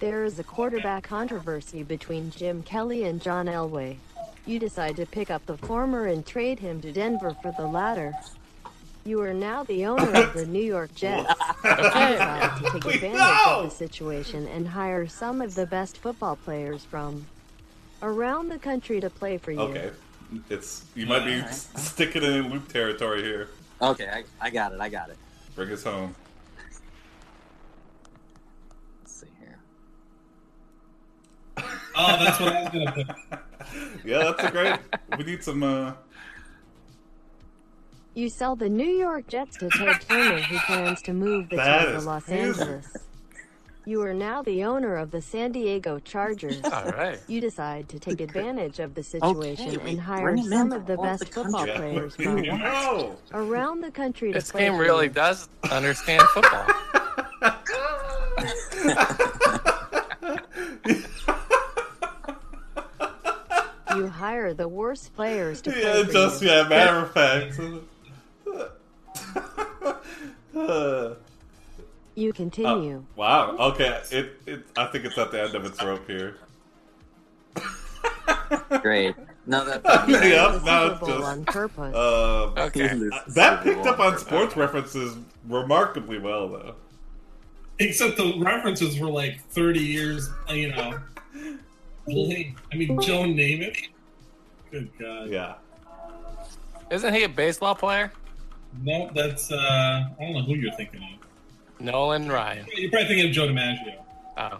Speaker 6: There is a quarterback controversy between Jim Kelly and John Elway. You decide to pick up the former and trade him to Denver for the latter. You are now the owner of the New York Jets. You decide to take
Speaker 1: We
Speaker 6: advantage
Speaker 1: know!
Speaker 6: of the situation and hire some of the best football players from around the country to play for you.
Speaker 1: Okay, it's you might be s- sticking it in loop territory here.
Speaker 4: Okay, I, I got it. I got it.
Speaker 1: Bring us home.
Speaker 4: Let's see here.
Speaker 5: Oh, that's what I was going to put.
Speaker 1: Yeah, that's a great. we need some. uh
Speaker 6: You sell the New York Jets to Ted Turner, who plans to move the
Speaker 1: That
Speaker 6: team to
Speaker 1: is
Speaker 6: Los
Speaker 1: crazy.
Speaker 6: Angeles. You are now the owner of the San Diego Chargers.
Speaker 3: All right.
Speaker 6: You decide to take advantage of the situation
Speaker 4: wait,
Speaker 6: and hire
Speaker 4: bring 'em
Speaker 6: some
Speaker 4: in
Speaker 6: of the
Speaker 4: all over
Speaker 6: best
Speaker 4: the
Speaker 6: football
Speaker 4: country.
Speaker 6: players
Speaker 1: Yeah,
Speaker 6: from
Speaker 1: we know.
Speaker 6: around the country to
Speaker 3: This
Speaker 6: play
Speaker 3: game
Speaker 6: for
Speaker 3: really
Speaker 6: you.
Speaker 3: does understand football.
Speaker 6: You hire the worst players to play
Speaker 1: Yeah,
Speaker 6: for
Speaker 1: just
Speaker 6: you.
Speaker 1: yeah. Matter of fact. Uh,
Speaker 6: You continue.
Speaker 1: wow. Okay. It, it. I think it's at the end of its rope here.
Speaker 4: Great. No, that
Speaker 6: You
Speaker 1: Yeah,
Speaker 6: know, the
Speaker 1: no,
Speaker 6: Super Bowl
Speaker 1: just-
Speaker 6: on purpose.
Speaker 1: Um,
Speaker 3: Okay.
Speaker 1: that picked up on sports references remarkably well, though.
Speaker 5: Except the references were like 30 years, you know. late. I mean, Joe Namath. Good God.
Speaker 1: Yeah.
Speaker 3: Isn't he a baseball player?
Speaker 5: Nope, that's, uh, I don't know who you're thinking of.
Speaker 3: Nolan Ryan.
Speaker 5: You're probably thinking of Joe DiMaggio.
Speaker 3: Oh.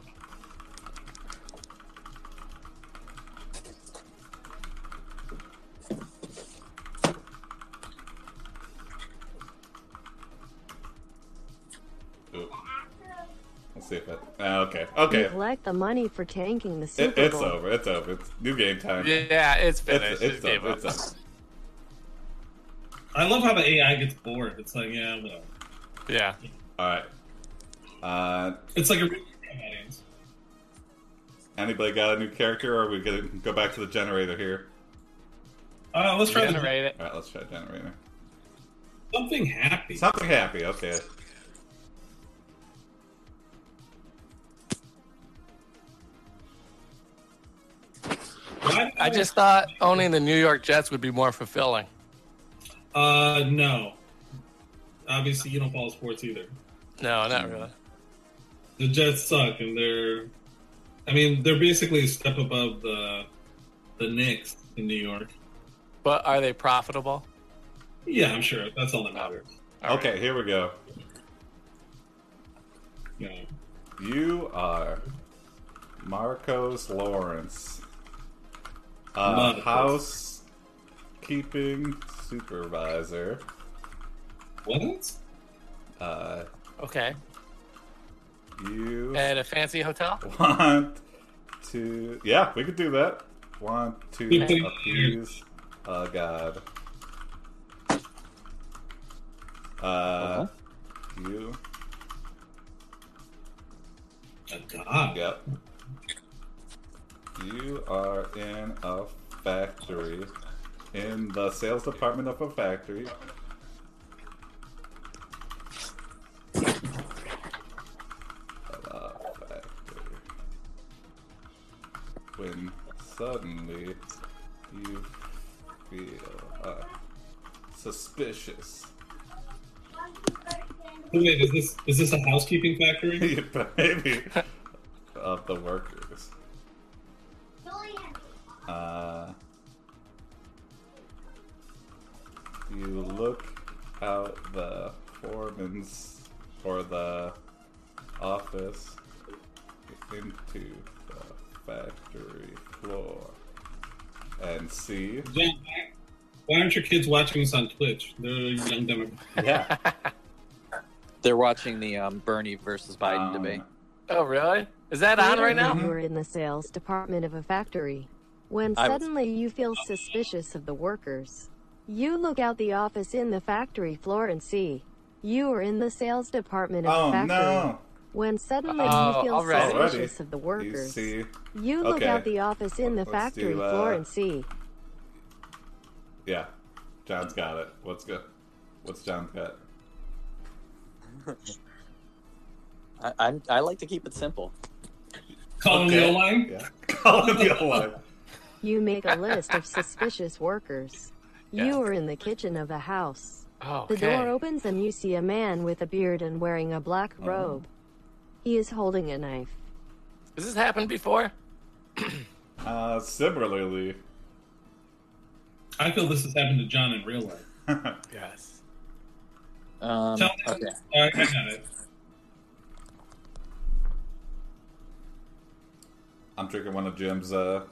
Speaker 1: Ooh. Let's see if that. ah, okay. Okay.
Speaker 6: Neglect the money for tanking the
Speaker 1: It,
Speaker 6: Super
Speaker 1: it's
Speaker 6: Bowl.
Speaker 1: over. It's over. It's new game time.
Speaker 3: Yeah,
Speaker 1: It's,
Speaker 3: it's finished.
Speaker 1: it's
Speaker 3: It gave
Speaker 1: over. It's
Speaker 3: up.
Speaker 1: over.
Speaker 5: I love how the AI gets bored. It's like, yeah, well.
Speaker 3: Yeah.
Speaker 1: All right. Uh,
Speaker 5: It's like a real audience.
Speaker 1: anybody got a new character, or are we gonna go back to the generator here?
Speaker 5: Uh, let's try the,
Speaker 3: Generate it.
Speaker 1: All right, let's try generator.
Speaker 5: something happy.
Speaker 1: Something happy. Okay.
Speaker 5: Why did
Speaker 3: I just thought owning the New York Jets would be more fulfilling.
Speaker 5: Uh, no. Obviously, you don't follow sports either.
Speaker 3: No,
Speaker 1: Hmm.
Speaker 3: not really.
Speaker 5: The Jets suck, and they're. I mean, they're basically a step above the the Knicks in New York.
Speaker 3: But are they profitable?
Speaker 5: Yeah, I'm sure that's all that matters.
Speaker 3: All
Speaker 1: okay. Here we go.
Speaker 5: You know.
Speaker 1: You are Marcos Lawrence, a
Speaker 5: Marcos.
Speaker 1: housekeeping supervisor.
Speaker 5: What?
Speaker 1: Uh,
Speaker 3: Okay.
Speaker 1: you
Speaker 3: At a fancy hotel?
Speaker 1: want to? Yeah, we could do that. Want to
Speaker 5: Okay.
Speaker 1: appease a Oh, god? Uh, you.
Speaker 5: A god.
Speaker 1: Yep. You are in a factory, in the sales department of a factory. Of a factory. When suddenly you feel uh, suspicious.
Speaker 5: Wait, is this is this a housekeeping factory?
Speaker 1: maybe of the workers. Uh, you look out the foreman's or the office into the factory floor and see.
Speaker 5: Jen, why- why aren't your kids watching this on Twitch? They're young demographic.
Speaker 1: Yeah.
Speaker 4: They're watching the um, Bernie versus Biden
Speaker 1: Um,
Speaker 4: debate.
Speaker 3: Oh, really? Is that on right now?
Speaker 6: You were in the sales department of a factory. When
Speaker 4: I was-
Speaker 6: suddenly you feel suspicious of the workers, you look out the office in the factory floor and see. You are in the sales department of
Speaker 1: Oh
Speaker 6: a factory.
Speaker 1: no!
Speaker 6: When suddenly
Speaker 3: Oh,
Speaker 6: you feel
Speaker 3: already.
Speaker 6: suspicious of the
Speaker 1: You
Speaker 6: workers, you,
Speaker 1: see,
Speaker 6: look
Speaker 1: Okay.
Speaker 6: out the office in the
Speaker 1: Let's
Speaker 6: factory
Speaker 1: do, uh,
Speaker 6: floor and see.
Speaker 1: yeah, John's got it. What's good? What's John got?
Speaker 4: I, I'm, I like to keep it simple.
Speaker 5: Calling
Speaker 1: Okay.
Speaker 5: the O line.
Speaker 1: Yeah. Call it the O-line.
Speaker 6: You make a list of suspicious workers.
Speaker 1: Yeah.
Speaker 6: You are in the kitchen of a house.
Speaker 3: Oh,
Speaker 6: The door
Speaker 3: okay.
Speaker 6: opens and you see a man with a beard and wearing a black
Speaker 1: Uh-huh.
Speaker 6: robe. He is holding a knife.
Speaker 3: Has this happened before?
Speaker 1: Uh, similarly,
Speaker 5: I feel this has happened to John in real life.
Speaker 3: Yes.
Speaker 4: Um,
Speaker 5: Tell me.
Speaker 4: okay.
Speaker 5: All right, I got it.
Speaker 1: I'm drinking one of Jim's uh,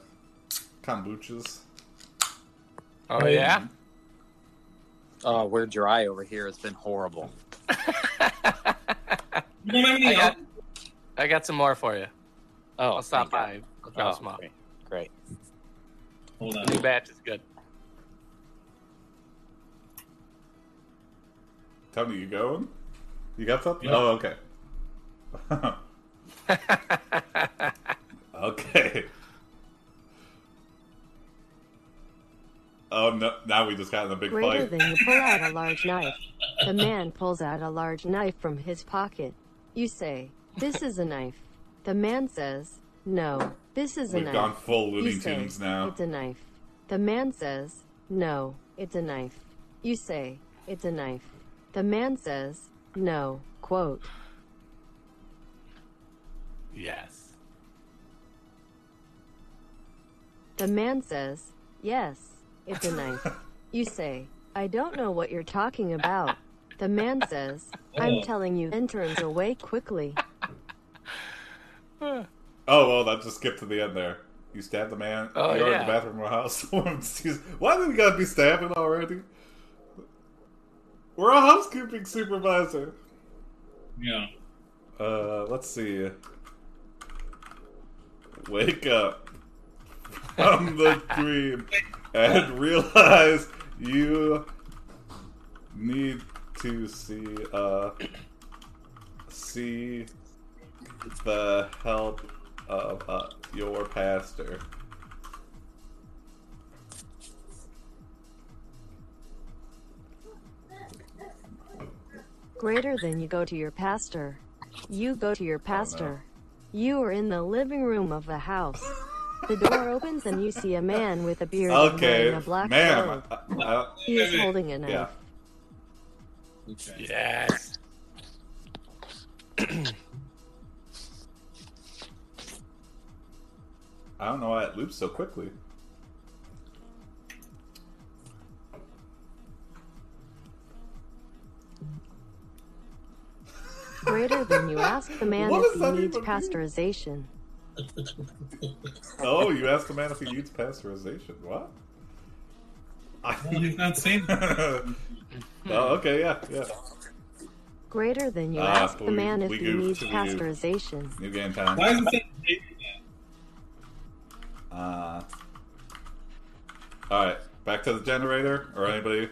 Speaker 1: kombuchas.
Speaker 3: Oh, yeah?
Speaker 4: Oh, we're dry over here. It's been horrible.
Speaker 5: You don't have
Speaker 3: I
Speaker 5: any
Speaker 3: got,
Speaker 5: help?
Speaker 3: I got some more for you.
Speaker 4: Oh,
Speaker 3: I'll stop by.
Speaker 4: thank
Speaker 3: I'll
Speaker 4: God.
Speaker 3: drop some
Speaker 4: Oh,
Speaker 3: off.
Speaker 4: great. great.
Speaker 5: Hold on.
Speaker 3: New batch is good.
Speaker 1: Tony, you going? You got something?
Speaker 5: Yeah.
Speaker 1: Oh, okay. okay. Oh no! Now we just got in a big
Speaker 6: Greater
Speaker 1: fight.
Speaker 6: than you pull out a large knife. The man pulls out a large knife from his pocket. You say, This is a knife. The man says, No, this is a
Speaker 1: We've
Speaker 6: knife.
Speaker 1: gone full
Speaker 6: You
Speaker 1: Looney
Speaker 6: say,
Speaker 1: Tunes now.
Speaker 6: It's a knife. The man says, No, it's a knife. You say, It's a knife. The man says, No, quote.
Speaker 3: Yes.
Speaker 6: The man says, Yes, it's a knife. You say, I don't know what you're talking about. The man says, I'm telling you, and turns away quickly.
Speaker 1: Oh well, that just skipped to the end there. You stabbed the man.
Speaker 3: Oh,
Speaker 1: you're in
Speaker 3: yeah.
Speaker 1: the bathroom of a house. Excuse- Why did we gotta be stabbing already? We're a housekeeping supervisor.
Speaker 5: Yeah.
Speaker 1: Uh, let's see. Wake up from the dream and realize you need to see uh see the help of uh, your pastor.
Speaker 6: Greater than you go to your pastor. You go to your pastor. You are in the living room of the house. The door opens and you see a man with a beard and
Speaker 1: Okay,
Speaker 6: wearing a black
Speaker 1: ma'am.
Speaker 6: robe.
Speaker 1: I, I,
Speaker 6: He is holding a knife.
Speaker 1: yeah.
Speaker 5: Okay.
Speaker 3: Yes.
Speaker 1: I don't know why it loops so quickly.
Speaker 6: Greater than you ask the man
Speaker 1: What
Speaker 6: if
Speaker 1: does
Speaker 6: he
Speaker 1: that
Speaker 6: needs
Speaker 1: even mean?
Speaker 6: pasteurization.
Speaker 1: Oh, you asked the man if he needs pasteurization. What?
Speaker 5: Well,
Speaker 1: I-
Speaker 5: he's not saying that.
Speaker 1: oh, okay, yeah, yeah.
Speaker 6: Greater than you
Speaker 1: Ah,
Speaker 6: ask the
Speaker 1: we-
Speaker 6: man if
Speaker 1: we
Speaker 6: he
Speaker 1: goofed,
Speaker 6: needs
Speaker 1: we goofed.
Speaker 6: pasteurization.
Speaker 1: New game time.
Speaker 5: Why is it saying Jason that?
Speaker 1: Uh, all right, back to the generator or anybody.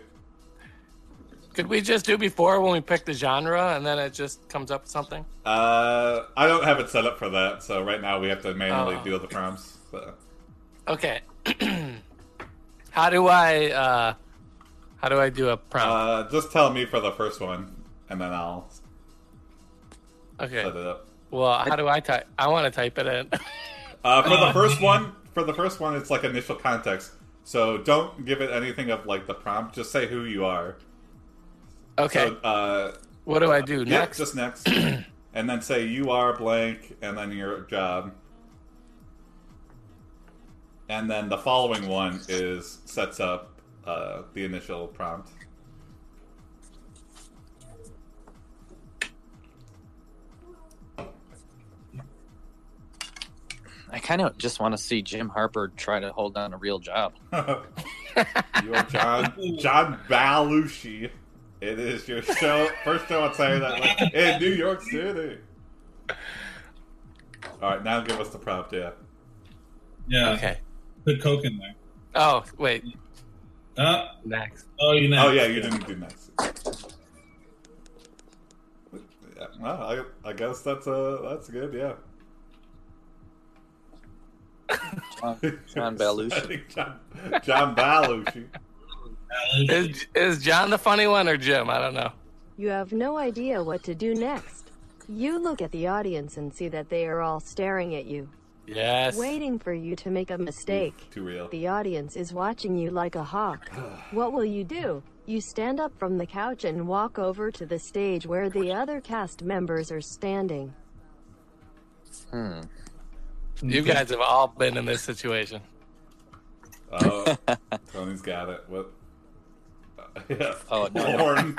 Speaker 3: Could we just do before when we pick the genre and then it just comes up with something?
Speaker 1: Uh, I don't have it set up for that, so right now we have to manually
Speaker 3: Oh.
Speaker 1: do the prompts. So.
Speaker 3: Okay. how do I uh how do I do a prompt?
Speaker 1: Uh, just tell me for the first one, and then I'll
Speaker 3: okay.
Speaker 1: set it up.
Speaker 3: Well, how do I type? I want to type it in.
Speaker 1: Uh, for the
Speaker 5: Oh,
Speaker 1: first
Speaker 5: man.
Speaker 1: one, for the first one, it's like initial context. So don't give it anything of like the prompt. Just say who you are.
Speaker 3: okay.
Speaker 1: So, uh,
Speaker 3: what do I do
Speaker 1: yeah,
Speaker 3: next?
Speaker 1: just next, and then say you are blank, and then your job. And then the following one is sets up uh, the initial prompt.
Speaker 4: I kind of just want to see Jim Harper try to hold down a real job.
Speaker 1: you are John John Belushi. It is your show first show on Saturday Night Live in New York City. All right, now give us the prompt. Yeah, uh,
Speaker 5: Yeah.
Speaker 3: okay.
Speaker 5: Put Coke in there.
Speaker 3: Oh wait,
Speaker 5: Uh,
Speaker 3: next.
Speaker 5: oh, you know.
Speaker 1: Oh yeah, you didn't do next. Yeah, Well, I, I guess that's uh that's good. Yeah.
Speaker 4: John, John Belushi.
Speaker 1: John, John Belushi.
Speaker 3: Is is John the funny one or Jim? I don't know.
Speaker 6: You have no idea what to do next. You look at the audience and see that they are all staring at you,
Speaker 3: Yes.
Speaker 6: waiting for you to make a mistake.
Speaker 1: Too real.
Speaker 6: The audience is watching you like a hawk. What will you do? You stand up from the couch and walk over to the stage where the other cast members are standing.
Speaker 4: Hmm.
Speaker 3: You guys have all been in this situation.
Speaker 1: Oh, Tony's got it. What? yeah.
Speaker 4: Oh, no, no.
Speaker 1: Lauren.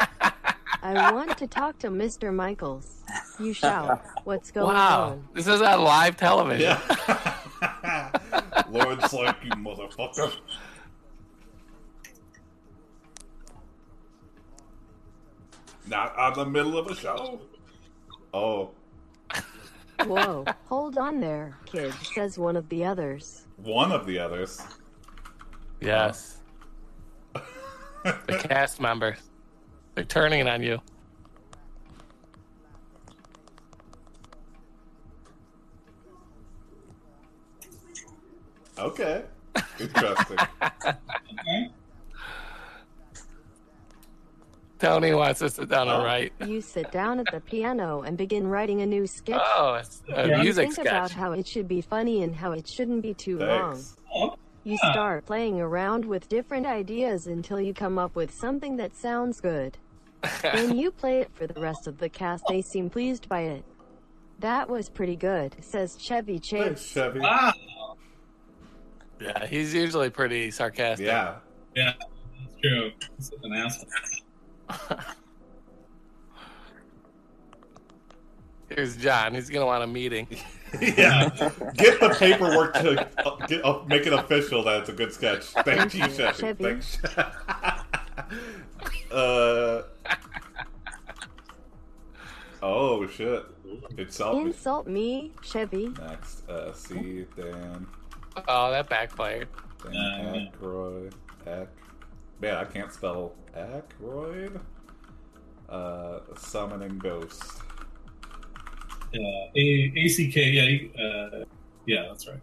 Speaker 6: I want to talk to Mr. Michaels. You shout, What's going
Speaker 3: Wow.
Speaker 6: on?
Speaker 3: This is on live television.
Speaker 1: Yeah. Lauren's like, you motherfucker. Not on the middle of a show. Oh,
Speaker 6: Whoa, hold on there, kid, says one of the others.
Speaker 1: one of the others.
Speaker 3: Yes. the cast members. They're turning it on you.
Speaker 1: Okay. Interesting.
Speaker 3: Tony wants us to down
Speaker 1: Oh.
Speaker 3: and write.
Speaker 6: You sit down at the piano and begin writing a new sketch.
Speaker 3: Oh, it's a
Speaker 5: Yeah.
Speaker 6: You
Speaker 3: music
Speaker 6: think about
Speaker 3: sketch.
Speaker 6: how it should be funny and how it shouldn't be too long.
Speaker 1: Thanks.
Speaker 5: Oh,
Speaker 6: You
Speaker 5: Yeah.
Speaker 6: start playing around with different ideas until you come up with something that sounds good. When you play it for the rest of the cast, they seem pleased by it. That was pretty good, says Chevy
Speaker 1: Thanks,
Speaker 6: Chase.
Speaker 1: Chevy.
Speaker 5: Wow.
Speaker 3: yeah, he's usually pretty sarcastic.
Speaker 1: Yeah.
Speaker 5: Yeah, that's true. He's such an asshole.
Speaker 3: Here's John. He's gonna want a meeting.
Speaker 1: Yeah. Get the paperwork to uh, get, uh, make it official that it's a good sketch. Thank you, Chevy.
Speaker 6: Chevy.
Speaker 1: Thanks. uh, oh, shit. It's all
Speaker 6: Insult me, Chevy.
Speaker 1: next. Uh, see, Dan.
Speaker 3: Oh, that backfired.
Speaker 1: Dan
Speaker 5: Uh, yeah.
Speaker 1: Aykroyd. Ack. Man, I can't spell Ackroyd. Uh, summoning ghost.
Speaker 5: Yeah, Uh, A- ACK. Yeah, he- uh, yeah, that's right.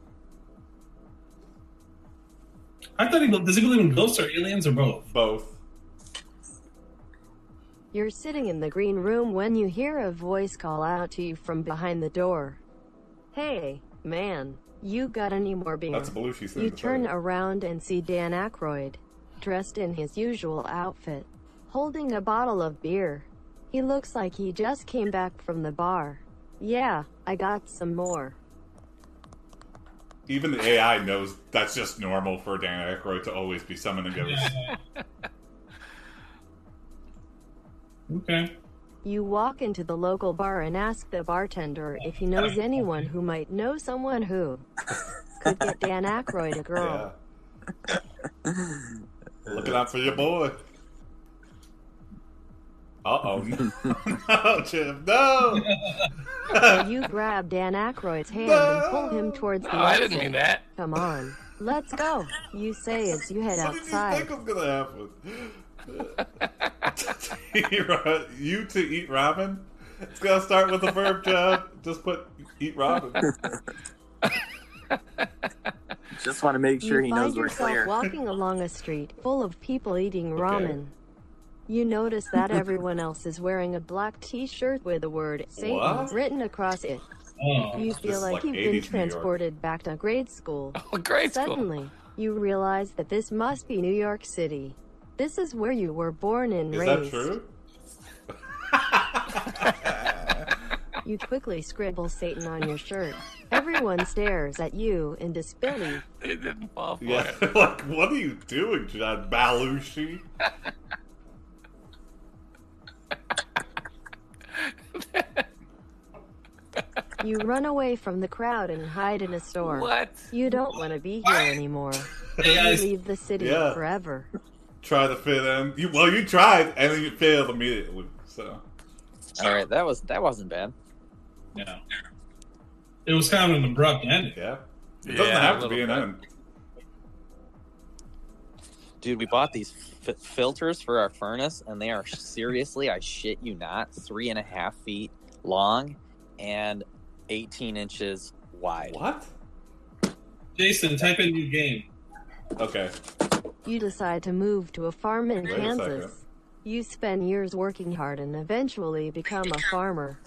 Speaker 5: I thought he bel- does he believe in ghosts or aliens or both?
Speaker 1: Both.
Speaker 6: You're sitting in the green room when you hear a voice call out to you from behind the door. Hey, man, you got any more beer?
Speaker 1: That's a Belushi thing.
Speaker 6: You
Speaker 1: to say.
Speaker 6: turn around and see Dan Aykroyd, dressed in his usual outfit, holding a bottle of beer. He looks like he just came back from the bar. Yeah, I got some more.
Speaker 1: Even the AI knows that's just normal for Dan Aykroyd to always be summoning ghosts.
Speaker 5: Okay.
Speaker 6: You walk into the local bar and ask the bartender if he knows anyone who might know someone who could get Dan Aykroyd a
Speaker 1: Yeah.
Speaker 6: girl.
Speaker 1: Looking out for your boy. Uh oh. No. no, Jim. No.
Speaker 6: You grab Dan Aykroyd's hand and pull him towards the
Speaker 3: No, Oh, I didn't
Speaker 6: exit.
Speaker 3: mean that.
Speaker 6: Come on, let's go, you say as you head
Speaker 1: What did you
Speaker 6: outside.
Speaker 1: think was gonna happen? You ro- you to eat ramen? It's gonna start with a verb, John. Just put eat ramen.
Speaker 2: Just want to make sure
Speaker 6: you
Speaker 2: he
Speaker 6: find
Speaker 2: knows we're
Speaker 6: yourself
Speaker 2: clear.
Speaker 6: walking along a street full of people eating ramen. You notice that everyone else is wearing a black t-shirt with the word Satan
Speaker 1: What?
Speaker 6: written across it.
Speaker 5: Oh,
Speaker 6: You
Speaker 1: is
Speaker 6: feel like
Speaker 1: like
Speaker 6: you've
Speaker 1: 80s New
Speaker 6: been
Speaker 1: York.
Speaker 6: transported back to grade school.
Speaker 3: Oh, grade school.
Speaker 6: Suddenly, you realize that this must be New York City. This is where you were born and
Speaker 1: Is that
Speaker 6: raised.
Speaker 1: true?
Speaker 6: You quickly scribble Satan on your shirt. Everyone stares at you in disbelief.
Speaker 3: They didn't fall for
Speaker 1: Yeah.
Speaker 3: it.
Speaker 1: like, what are you doing, John Belushi?
Speaker 6: You run away from the crowd and hide in a store.
Speaker 3: What?
Speaker 6: You don't want to be here anymore.
Speaker 5: AI
Speaker 6: You
Speaker 5: 's-
Speaker 6: leave the city
Speaker 1: Yeah.
Speaker 6: forever.
Speaker 1: Try to fit in. You, well, you tried, and then you failed immediately. So
Speaker 4: All right, that was that wasn't bad.
Speaker 5: yeah. It was kind of an abrupt ending.
Speaker 1: yeah, it doesn't
Speaker 3: Yeah,
Speaker 1: have
Speaker 3: a
Speaker 1: to
Speaker 3: little
Speaker 1: be an
Speaker 3: bit.
Speaker 1: end.
Speaker 4: Dude, we bought these f- filters for our furnace, and they are seriously, I shit you not, three and a half feet long and 18 inches wide.
Speaker 1: What?
Speaker 5: Jason, type in new game.
Speaker 1: Okay.
Speaker 6: You decide to move to a farm in
Speaker 1: Wait a second.
Speaker 6: Kansas. You spend years working hard and eventually become a farmer.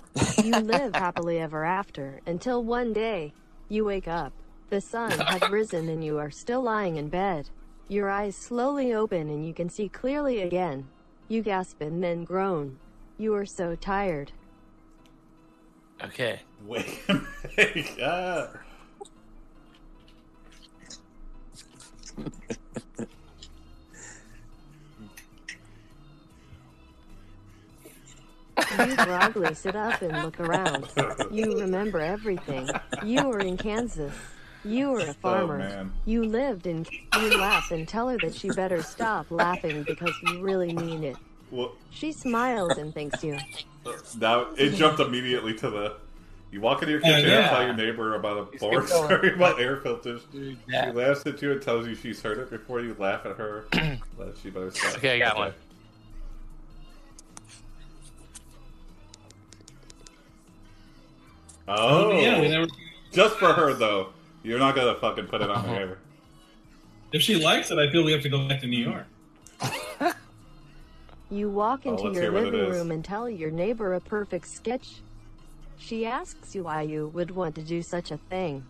Speaker 6: You live happily ever after until one day you wake up. The sun has risen and you are still lying in bed. Your eyes slowly open and you can see clearly again. You gasp and then groan. You are so tired.
Speaker 3: Okay.
Speaker 1: Wait. a minute. Ah.
Speaker 6: You groggily sit up and look around. You remember everything. You were in Kansas. You were a farmer.
Speaker 1: man.
Speaker 6: you lived in. You laugh and tell her that she better stop laughing because you really mean it.
Speaker 1: Well, uh,
Speaker 6: She smiles and thanks you.
Speaker 1: Now it jumped immediately to the. You walk into your kitchen
Speaker 5: Yeah.
Speaker 1: and tell your neighbor about a
Speaker 3: He's
Speaker 1: boring
Speaker 3: keep going.
Speaker 1: story about air filters. She
Speaker 3: Yeah.
Speaker 1: laughs at you and tells you she's heard it before you laugh at her. But she better stop.
Speaker 3: Okay, I got one.
Speaker 1: Oh,
Speaker 5: Yeah, we never.
Speaker 1: just for her though. You're not gonna fucking put it on
Speaker 3: Uh-huh.
Speaker 1: the air.
Speaker 5: If she likes it, I feel we have to go back to New York.
Speaker 6: You walk
Speaker 1: Oh,
Speaker 6: into
Speaker 1: let's
Speaker 6: your
Speaker 1: hear what it
Speaker 6: living
Speaker 1: is.
Speaker 6: room and tell your neighbor a perfect sketch. She asks you why you would want to do such a thing.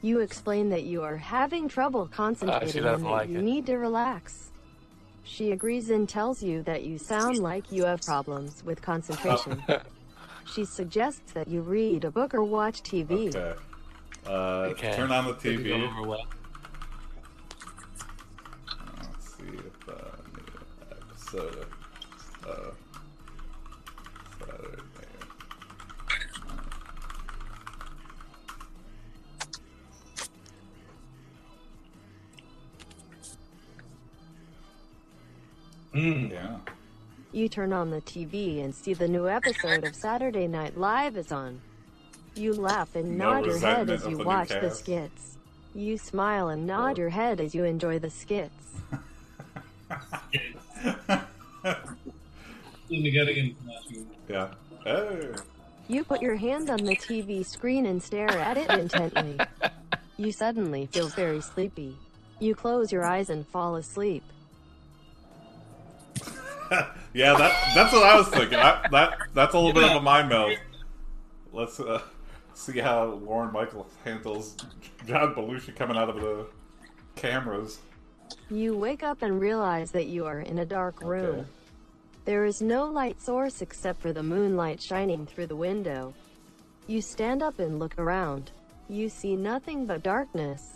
Speaker 6: You explain that you are having trouble concentrating
Speaker 3: Ah, doesn't
Speaker 6: and that
Speaker 3: like
Speaker 6: you
Speaker 3: it.
Speaker 6: need to relax. She agrees and tells you that you sound like you have problems with concentration. she suggests that you read a book or watch TV.
Speaker 1: Okay. Uh,
Speaker 3: Okay.
Speaker 1: Turn on the
Speaker 3: Did it go
Speaker 1: TV.
Speaker 3: over well?
Speaker 1: Let's see if uh, new episode of Saturday.
Speaker 5: Mm.
Speaker 1: Yeah.
Speaker 6: You turn on the TV and see the new episode of Saturday Night Live is on. You laugh and
Speaker 1: No
Speaker 6: nod your head
Speaker 1: resentment
Speaker 6: as
Speaker 1: of
Speaker 6: you
Speaker 1: the new
Speaker 6: watch the
Speaker 1: cast.
Speaker 6: skits. You smile and nod your head as you enjoy the skits.
Speaker 5: Soon to get again. watching.
Speaker 1: yeah. Hey.
Speaker 6: You put your hand on the TV screen and stare at it intently. You suddenly feel very sleepy. You close your eyes and fall asleep.
Speaker 1: yeah, that that's what I was thinking. That, that that's a little bit of a mind meld. Let's uh, see how Lauren Michael handles John Belushi coming out of the cameras.
Speaker 6: You wake up and realize that you are in a dark room.
Speaker 1: Okay.
Speaker 6: There is no light source except for the moonlight shining through the window. You stand up and look around. You see nothing but darkness.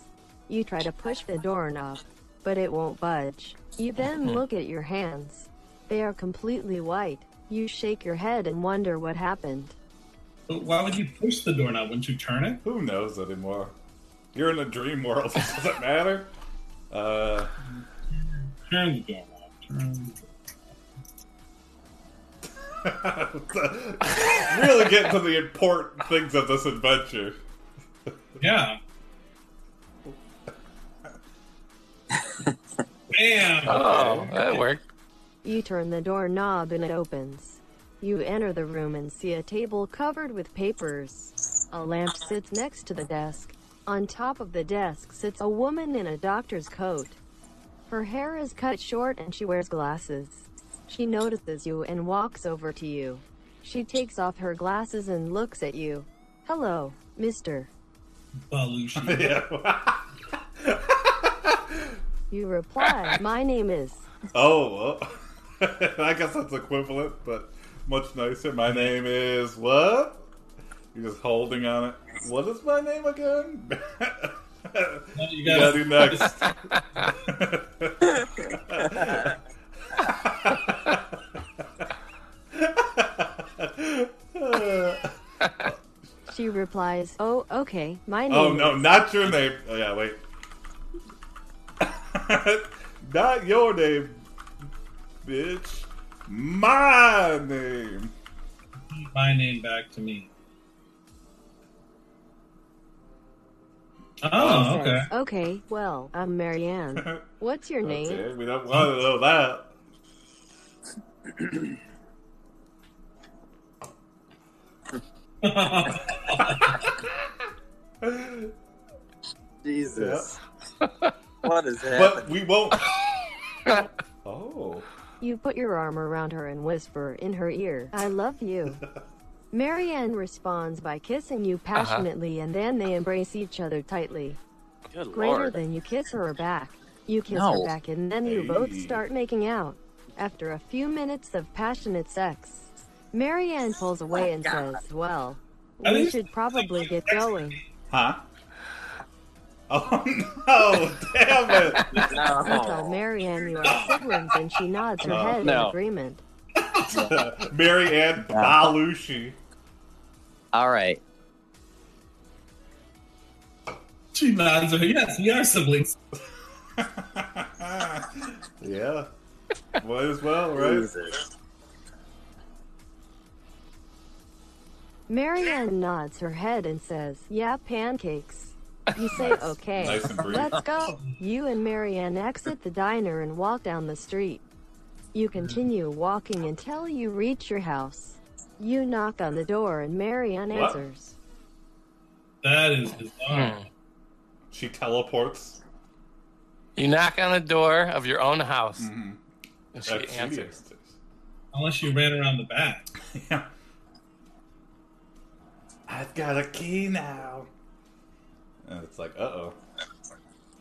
Speaker 6: You try to push the doorknob, but it won't budge. You then look at your hands. They are completely white. You shake your head and wonder what happened.
Speaker 5: But why would you push the door now? Wouldn't you turn it?
Speaker 1: Who knows anymore? You're in a dream world. It doesn't matter. Uh,
Speaker 5: Turn the door knob. Turn the door.
Speaker 1: really get to the important things of this adventure.
Speaker 5: Yeah. Bam!
Speaker 3: Oh, that worked.
Speaker 6: You turn the doorknob and it opens. You enter the room and see a table covered with papers. A lamp sits next to the desk. On top of the desk sits a woman in a doctor's coat. Her hair is cut short and she wears glasses. She notices you and walks over to you. She takes off her glasses and looks at you. Hello, mister.
Speaker 5: Belushi.
Speaker 1: Yeah.
Speaker 6: You reply, My name is.
Speaker 1: oh, well. I guess that's equivalent, but much nicer. My name is what? You're just holding on it. What is my name again?
Speaker 5: You
Speaker 1: you gotta
Speaker 5: gotta-
Speaker 1: do next.
Speaker 6: She replies, Oh, okay, my name
Speaker 1: Oh
Speaker 6: is.
Speaker 1: no, not your name. Oh yeah, wait. not your name, bitch. My name.
Speaker 5: my name back to me. Oh, okay.
Speaker 6: says, okay, well, I'm Marianne. What's your
Speaker 3: Hmm?
Speaker 6: name?
Speaker 1: Okay, we don't want to know that.
Speaker 2: Jesus. what is
Speaker 1: But
Speaker 2: happening?
Speaker 1: we won't. oh.
Speaker 6: You put your arm around her and whisper in her ear, I love you. Marianne responds by kissing you passionately and then they embrace each other tightly.
Speaker 2: Good
Speaker 6: Greater
Speaker 2: lord.
Speaker 6: than you kiss her back. You kiss
Speaker 4: No.
Speaker 6: her back and then you both
Speaker 1: Hey.
Speaker 6: start making out. After a few minutes of passionate sex, Marianne pulls away and says, Well,
Speaker 5: I
Speaker 6: we
Speaker 5: think-
Speaker 6: should probably get going.
Speaker 1: Huh? Oh no! Damn it!
Speaker 5: Oh.
Speaker 6: You tell
Speaker 2: no.
Speaker 6: Marianne you are siblings and she nods her head in
Speaker 4: No.
Speaker 6: agreement.
Speaker 1: Mary Ann Balushi.
Speaker 4: All right.
Speaker 5: She nods her. Yes, we are siblings.
Speaker 1: yeah. Might as well, right?
Speaker 2: Jesus.
Speaker 6: Marianne nods her head and says, Yeah, pancakes. You say, Okay,
Speaker 1: Nice and brief.
Speaker 6: let's go. You and Marianne exit the diner and walk down the street. You continue walking until you reach your house. You knock on the door and Marianne
Speaker 1: What?
Speaker 6: answers.
Speaker 5: That is
Speaker 6: Hmm.
Speaker 3: Hmm.
Speaker 5: bizarre.
Speaker 1: She teleports.
Speaker 3: You knock on the door of your own house, and she
Speaker 1: Mm-hmm. That's
Speaker 3: answers.
Speaker 1: serious.
Speaker 5: Unless you ran around the back.
Speaker 1: Yeah. I've got a key now. And it's like, uh oh.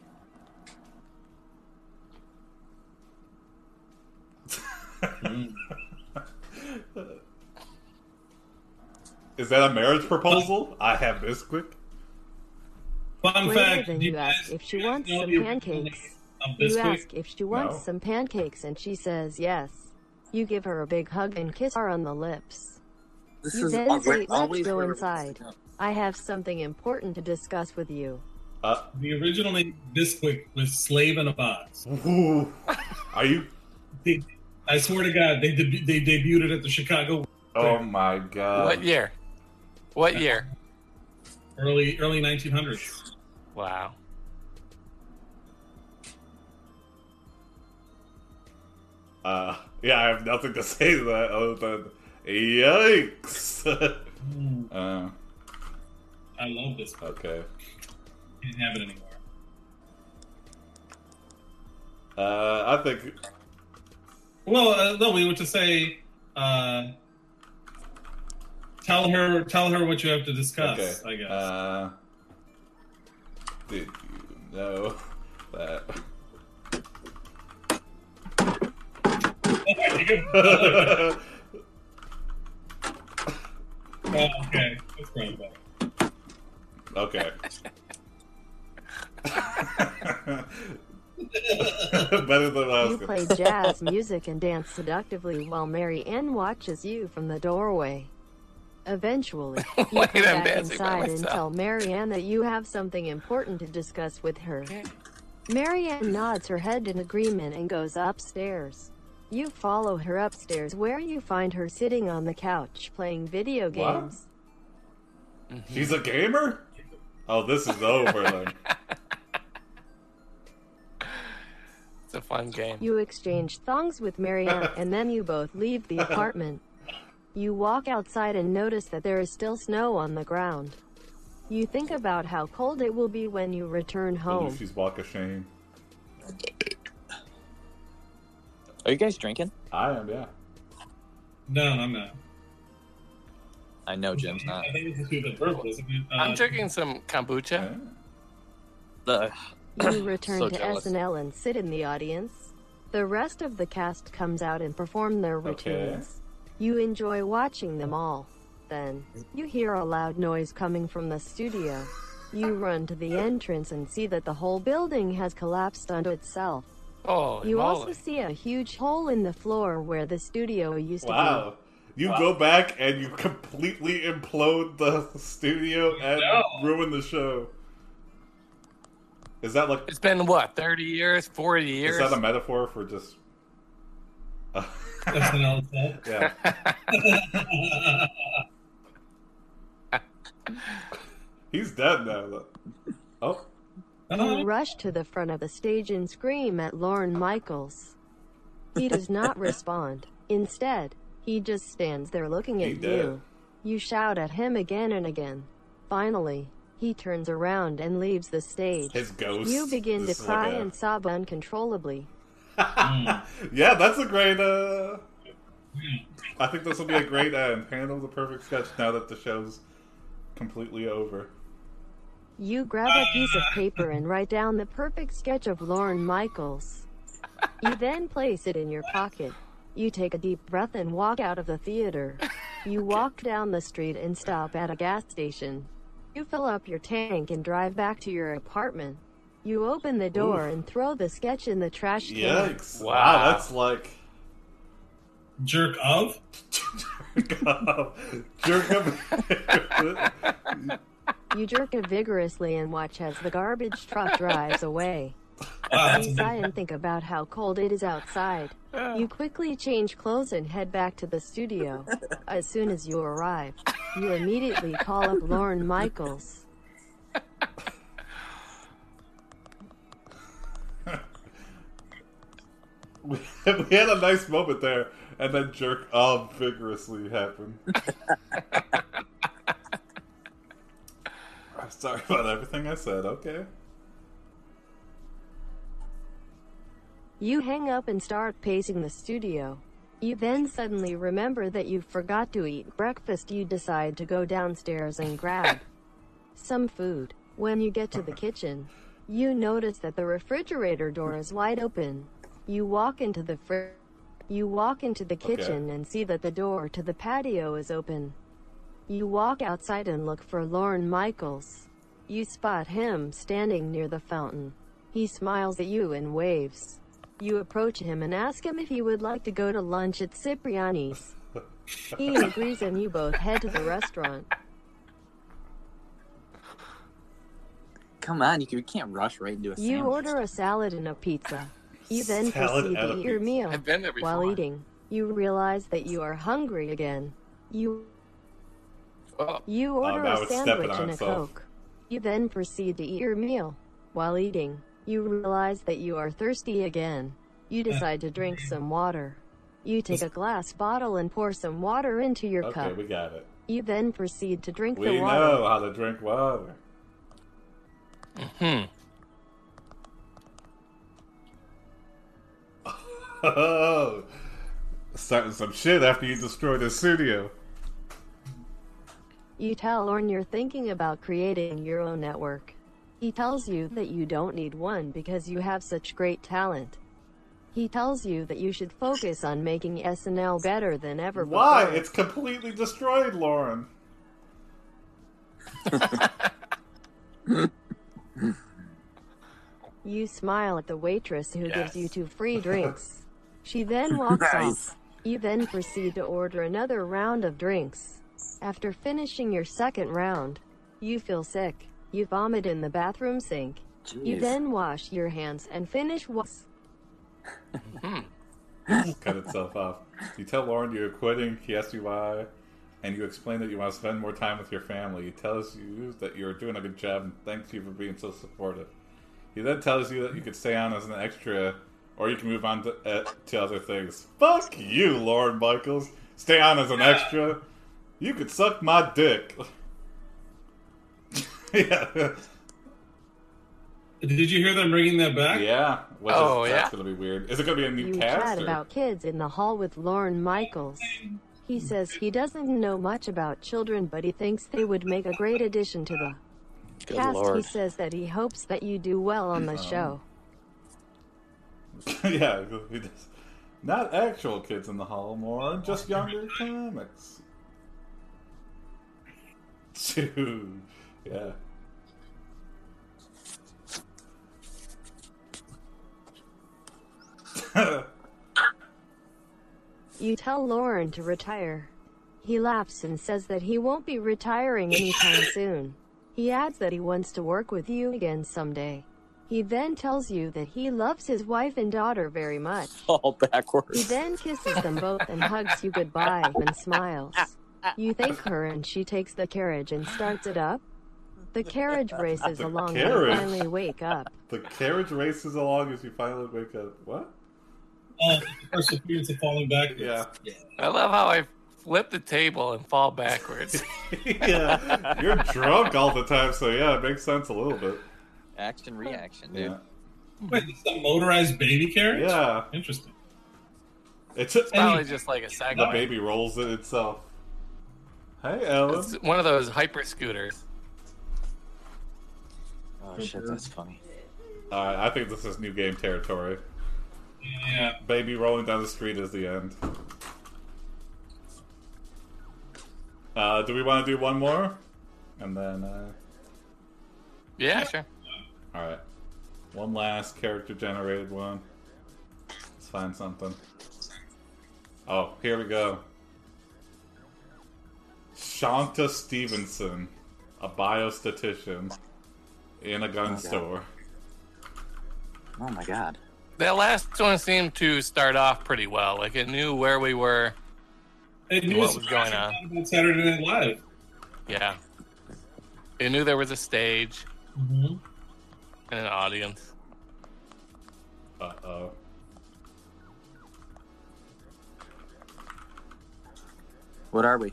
Speaker 1: Is that a marriage proposal? I have this quick.
Speaker 5: Fun
Speaker 6: Later,
Speaker 5: fact:
Speaker 6: then
Speaker 5: do
Speaker 6: you
Speaker 5: you
Speaker 6: ask
Speaker 5: guys-
Speaker 6: if she
Speaker 5: you guys
Speaker 6: wants
Speaker 5: know
Speaker 6: some
Speaker 5: the original name
Speaker 6: pancakes.
Speaker 5: of
Speaker 6: You
Speaker 5: Bisquick?
Speaker 6: ask if she wants
Speaker 1: No.
Speaker 6: some pancakes and she says yes. You give her a big hug and kiss her on the lips.
Speaker 2: This
Speaker 6: You
Speaker 2: is
Speaker 6: then
Speaker 2: always,
Speaker 6: say, "Let's
Speaker 2: always
Speaker 6: go
Speaker 2: where it
Speaker 6: inside."
Speaker 2: was.
Speaker 6: I have something important to discuss with you.
Speaker 1: Uh,
Speaker 5: The original name of Bisquick was Slave in a Box.
Speaker 1: ooh. are you?
Speaker 5: They, I swear to God, they deb- they debuted it at the Chicago
Speaker 1: Oh my god!
Speaker 3: what year? What year?
Speaker 5: early early 1900s.
Speaker 3: Wow.
Speaker 1: Uh, yeah, I have nothing to say to that other than yikes.
Speaker 5: Mm,
Speaker 1: uh,
Speaker 5: I love this. book.
Speaker 1: okay.
Speaker 5: Can't have it anymore.
Speaker 1: Uh, I think
Speaker 5: Well, uh, no, we were to say, uh, tell her, tell her what you have to discuss.
Speaker 1: okay.
Speaker 5: I guess.
Speaker 1: Uh, did you know that?
Speaker 5: Oh, okay, that's probably better.
Speaker 1: okay. Better than what I
Speaker 6: You
Speaker 1: was
Speaker 6: play
Speaker 1: going
Speaker 6: jazz music and dance seductively while Mary Ann watches you from the doorway. Eventually, you come
Speaker 3: Wait, I'm
Speaker 6: back
Speaker 3: dancing by
Speaker 6: inside and
Speaker 3: myself.
Speaker 6: tell Mary Ann that you have something important to discuss with her. Mary Ann nods her head in agreement and goes upstairs. You follow her upstairs where you find her sitting on the couch playing video
Speaker 1: What?
Speaker 6: games.
Speaker 1: She's a gamer? Oh, this is over then.
Speaker 3: It's a fun game.
Speaker 6: You exchange thongs with Marianne, and then you both leave the apartment. You walk outside and notice that there is still snow on the ground. You think about how cold it will be when you return home.
Speaker 1: Lucy's Walk of Shame.
Speaker 4: Are you guys drinking?
Speaker 1: I am, yeah.
Speaker 5: No, I'm not.
Speaker 4: I know Jim's not.
Speaker 5: I think it's through the verbal, isn't it? Uh,
Speaker 1: Um,
Speaker 3: I'm drinking some kombucha.
Speaker 1: Yeah.
Speaker 4: Ugh.
Speaker 6: You return
Speaker 4: So
Speaker 6: to
Speaker 4: jealous.
Speaker 6: SNL and sit in the audience. The rest of the cast comes out and perform their
Speaker 1: Okay.
Speaker 6: routines. You enjoy watching them all. Then, you hear a loud noise coming from the studio. You run to the entrance and see that the whole building has collapsed onto itself.
Speaker 3: Oh,
Speaker 6: You also see a huge hole in the floor where the studio used to
Speaker 1: Wow. You go back and you completely implode the studio and
Speaker 5: No.
Speaker 1: ruin the show. Is that like
Speaker 3: It's been what, 30 years, 40 years?
Speaker 1: is that a metaphor for just
Speaker 5: SNL itself.
Speaker 1: Yeah. He's dead now though. Oh.
Speaker 6: be. You
Speaker 5: Uh,
Speaker 6: rush to the front of the stage and scream at Lauren Michaels. He does not respond. Instead, he just stands there looking
Speaker 1: He
Speaker 6: at
Speaker 1: dead.
Speaker 6: you. You shout at him again and again. Finally, he turns around and leaves the stage.
Speaker 1: His ghost.
Speaker 6: You begin to
Speaker 1: This is
Speaker 6: cry
Speaker 1: like a-
Speaker 6: and sob uncontrollably.
Speaker 1: Yeah, that's a great uh I think this will be a great end. Handle the perfect sketch now that the show's completely over.
Speaker 6: You grab a piece of paper and write down the perfect sketch of Lauren Michaels. You then place it in your pocket. You take a deep breath and walk out of the theater. You walk down the street and stop at a gas station. You fill up your tank and drive back to your apartment. You open the door and throw the sketch in the trash can.
Speaker 1: Yikes.
Speaker 3: Wow.
Speaker 1: wow that's like
Speaker 5: jerk of?
Speaker 1: Jerk off. Jerk off.
Speaker 6: You jerk it vigorously and watch as the garbage truck drives away.
Speaker 5: Wow, that's
Speaker 6: You sigh and think about how cold it is outside. You quickly change clothes and head back to the studio. As soon as you arrive, you immediately call up Lauren Michaels.
Speaker 1: we we had a nice moment there, and then jerk off vigorously happened. I'm sorry about everything I said, okay?
Speaker 6: You hang up and start pacing the studio. You then suddenly remember that you forgot to eat breakfast. You decide to go downstairs and grab some food. When you get to the kitchen, you notice that the refrigerator door is wide open. You walk into the fr- you walk into the
Speaker 1: Okay.
Speaker 6: kitchen and see that the door to the patio is open. You walk outside and look for Lauren Michaels. You spot him standing near the fountain. He smiles at you and waves. You approach him and ask him if he would like to go to lunch at Cipriani's. He agrees and you both head to the restaurant.
Speaker 4: Come on, you, can, you can't rush right into a
Speaker 6: You
Speaker 4: sandwich.
Speaker 6: order a salad and a pizza. You then
Speaker 1: Salad
Speaker 6: proceed
Speaker 1: and
Speaker 6: to
Speaker 1: a
Speaker 6: eat your
Speaker 1: pizza.
Speaker 6: meal.
Speaker 3: I've been there before.
Speaker 6: While eating, you realize that you are hungry again. You
Speaker 3: Oh,
Speaker 6: you order
Speaker 1: now
Speaker 6: a
Speaker 1: it's stepping
Speaker 6: sandwich
Speaker 1: on
Speaker 6: and a
Speaker 1: itself.
Speaker 6: coke. You then proceed to eat your meal. While eating, you realize that you are thirsty again. You decide to drink some water. You take a glass bottle and pour some water into your
Speaker 1: Okay,
Speaker 6: cup.
Speaker 1: we got it.
Speaker 6: You then proceed to drink
Speaker 1: We
Speaker 6: the water.
Speaker 1: know how to drink water.
Speaker 3: hmm.
Speaker 1: Oh, starting some shit after you destroy the studio.
Speaker 6: You tell Orn you're thinking about creating your own network. He tells you that you don't need one because you have such great talent. He tells you that you should focus on making SNL better than ever
Speaker 1: Why?
Speaker 6: before.
Speaker 1: It's completely destroyed, Lauren.
Speaker 6: You smile at the waitress who
Speaker 3: Yes.
Speaker 6: gives you two free drinks. she then walks
Speaker 4: Nice.
Speaker 6: off. You then proceed to order another round of drinks. After finishing your second round, you feel sick. You vomit in the bathroom sink. You
Speaker 4: Jeez.
Speaker 6: then wash your hands and finish washing.
Speaker 1: Cut itself off. You tell Lauren you're quitting. He asks you why, and you explain that you want to spend more time with your family. He tells you that you're doing a good job and thanks you for being so supportive. He then tells you that you could stay on as an extra, or you can move on to, uh, to other things. Fuck you, Lauren Michaels. Stay on as an extra. You could suck my dick. yeah.
Speaker 5: Did you hear them bringing that back?
Speaker 1: Yeah. Which
Speaker 3: Oh,
Speaker 1: is,
Speaker 3: yeah.
Speaker 1: That's going to be weird. Is it going to be a new
Speaker 6: You
Speaker 1: cast?
Speaker 6: chat
Speaker 1: or-
Speaker 6: about kids in the hall with Lauren Michaels. He says he doesn't know much about children, but he thinks they would make a great addition to the
Speaker 2: Good
Speaker 6: cast. He
Speaker 2: lord.
Speaker 6: says that he hopes that you do well on the show.
Speaker 1: yeah, he does. Not actual kids in the hall, more just younger comics. Dude, yeah.
Speaker 6: You tell Lauren to retire. He laughs and says that he won't be retiring anytime soon. He adds that he wants to work with you again someday. He then tells you that he loves his wife and daughter very much.
Speaker 4: all
Speaker 6: He
Speaker 4: backwards.
Speaker 6: then kisses them both and hugs you goodbye and smiles. You thank her and she takes the carriage and starts it up. The carriage races
Speaker 1: The
Speaker 6: along
Speaker 1: carriage?
Speaker 6: and finally wake up.
Speaker 1: the carriage races along as you finally wake up. What?
Speaker 5: Oh, first appearance of falling backwards.
Speaker 1: Yeah.
Speaker 3: I love how I flip the table and fall backwards.
Speaker 1: yeah. You're drunk all the time, so yeah, it makes sense a little bit.
Speaker 4: Action reaction, dude.
Speaker 1: Yeah.
Speaker 5: Wait, this is a motorized baby carriage?
Speaker 1: Yeah.
Speaker 5: Interesting.
Speaker 1: It's
Speaker 3: Probably just like a second.
Speaker 1: the baby rolls it itself. Hey, Ellen.
Speaker 3: It's one of those hyper scooters.
Speaker 2: Oh shit, that's funny.
Speaker 1: All right, I think this is new game territory.
Speaker 5: Yeah.
Speaker 1: Baby rolling down the street is the end. Uh, do we want to do one more? And then, uh,
Speaker 3: Yeah, sure.
Speaker 1: all right, one last character generated one. Let's find something. Oh, here we go. Shanta Stevenson, a biostatician in a gun
Speaker 2: Okay.
Speaker 1: store.
Speaker 2: Oh my god.
Speaker 3: That last one seemed to start off pretty well. Like it knew where we were.
Speaker 5: It knew
Speaker 3: What
Speaker 5: as
Speaker 3: was
Speaker 5: soon as
Speaker 3: going
Speaker 5: I thought About Saturday Night Live.
Speaker 3: Yeah. It knew there was a stage
Speaker 5: Mm-hmm.
Speaker 3: and an audience.
Speaker 1: Uh oh.
Speaker 4: What are we?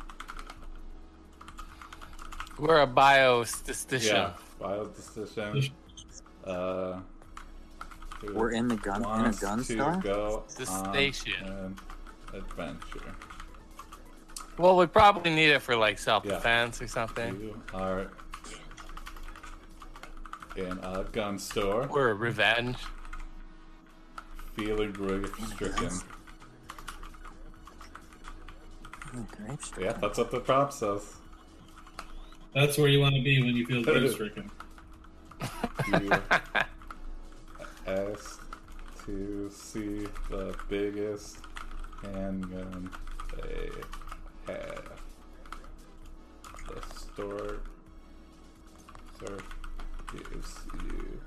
Speaker 3: We're a biostatistician.
Speaker 1: Yeah, biostatistician. Uh, who
Speaker 2: We're in the gun in a
Speaker 1: wants
Speaker 2: gun
Speaker 1: to
Speaker 2: store?
Speaker 1: Go
Speaker 3: The
Speaker 1: on
Speaker 3: station.
Speaker 1: an adventure.
Speaker 3: Well, we probably need it for like self defense or something.
Speaker 1: You are an odd gun store,
Speaker 3: Or revenge.
Speaker 1: feeling grief stricken.
Speaker 2: Oh, grapes.
Speaker 1: Yeah, that's what the prop says.
Speaker 5: That's where you want to be when you feel grief stricken.
Speaker 1: You asked to see the biggest handgun they have. The store sir gives you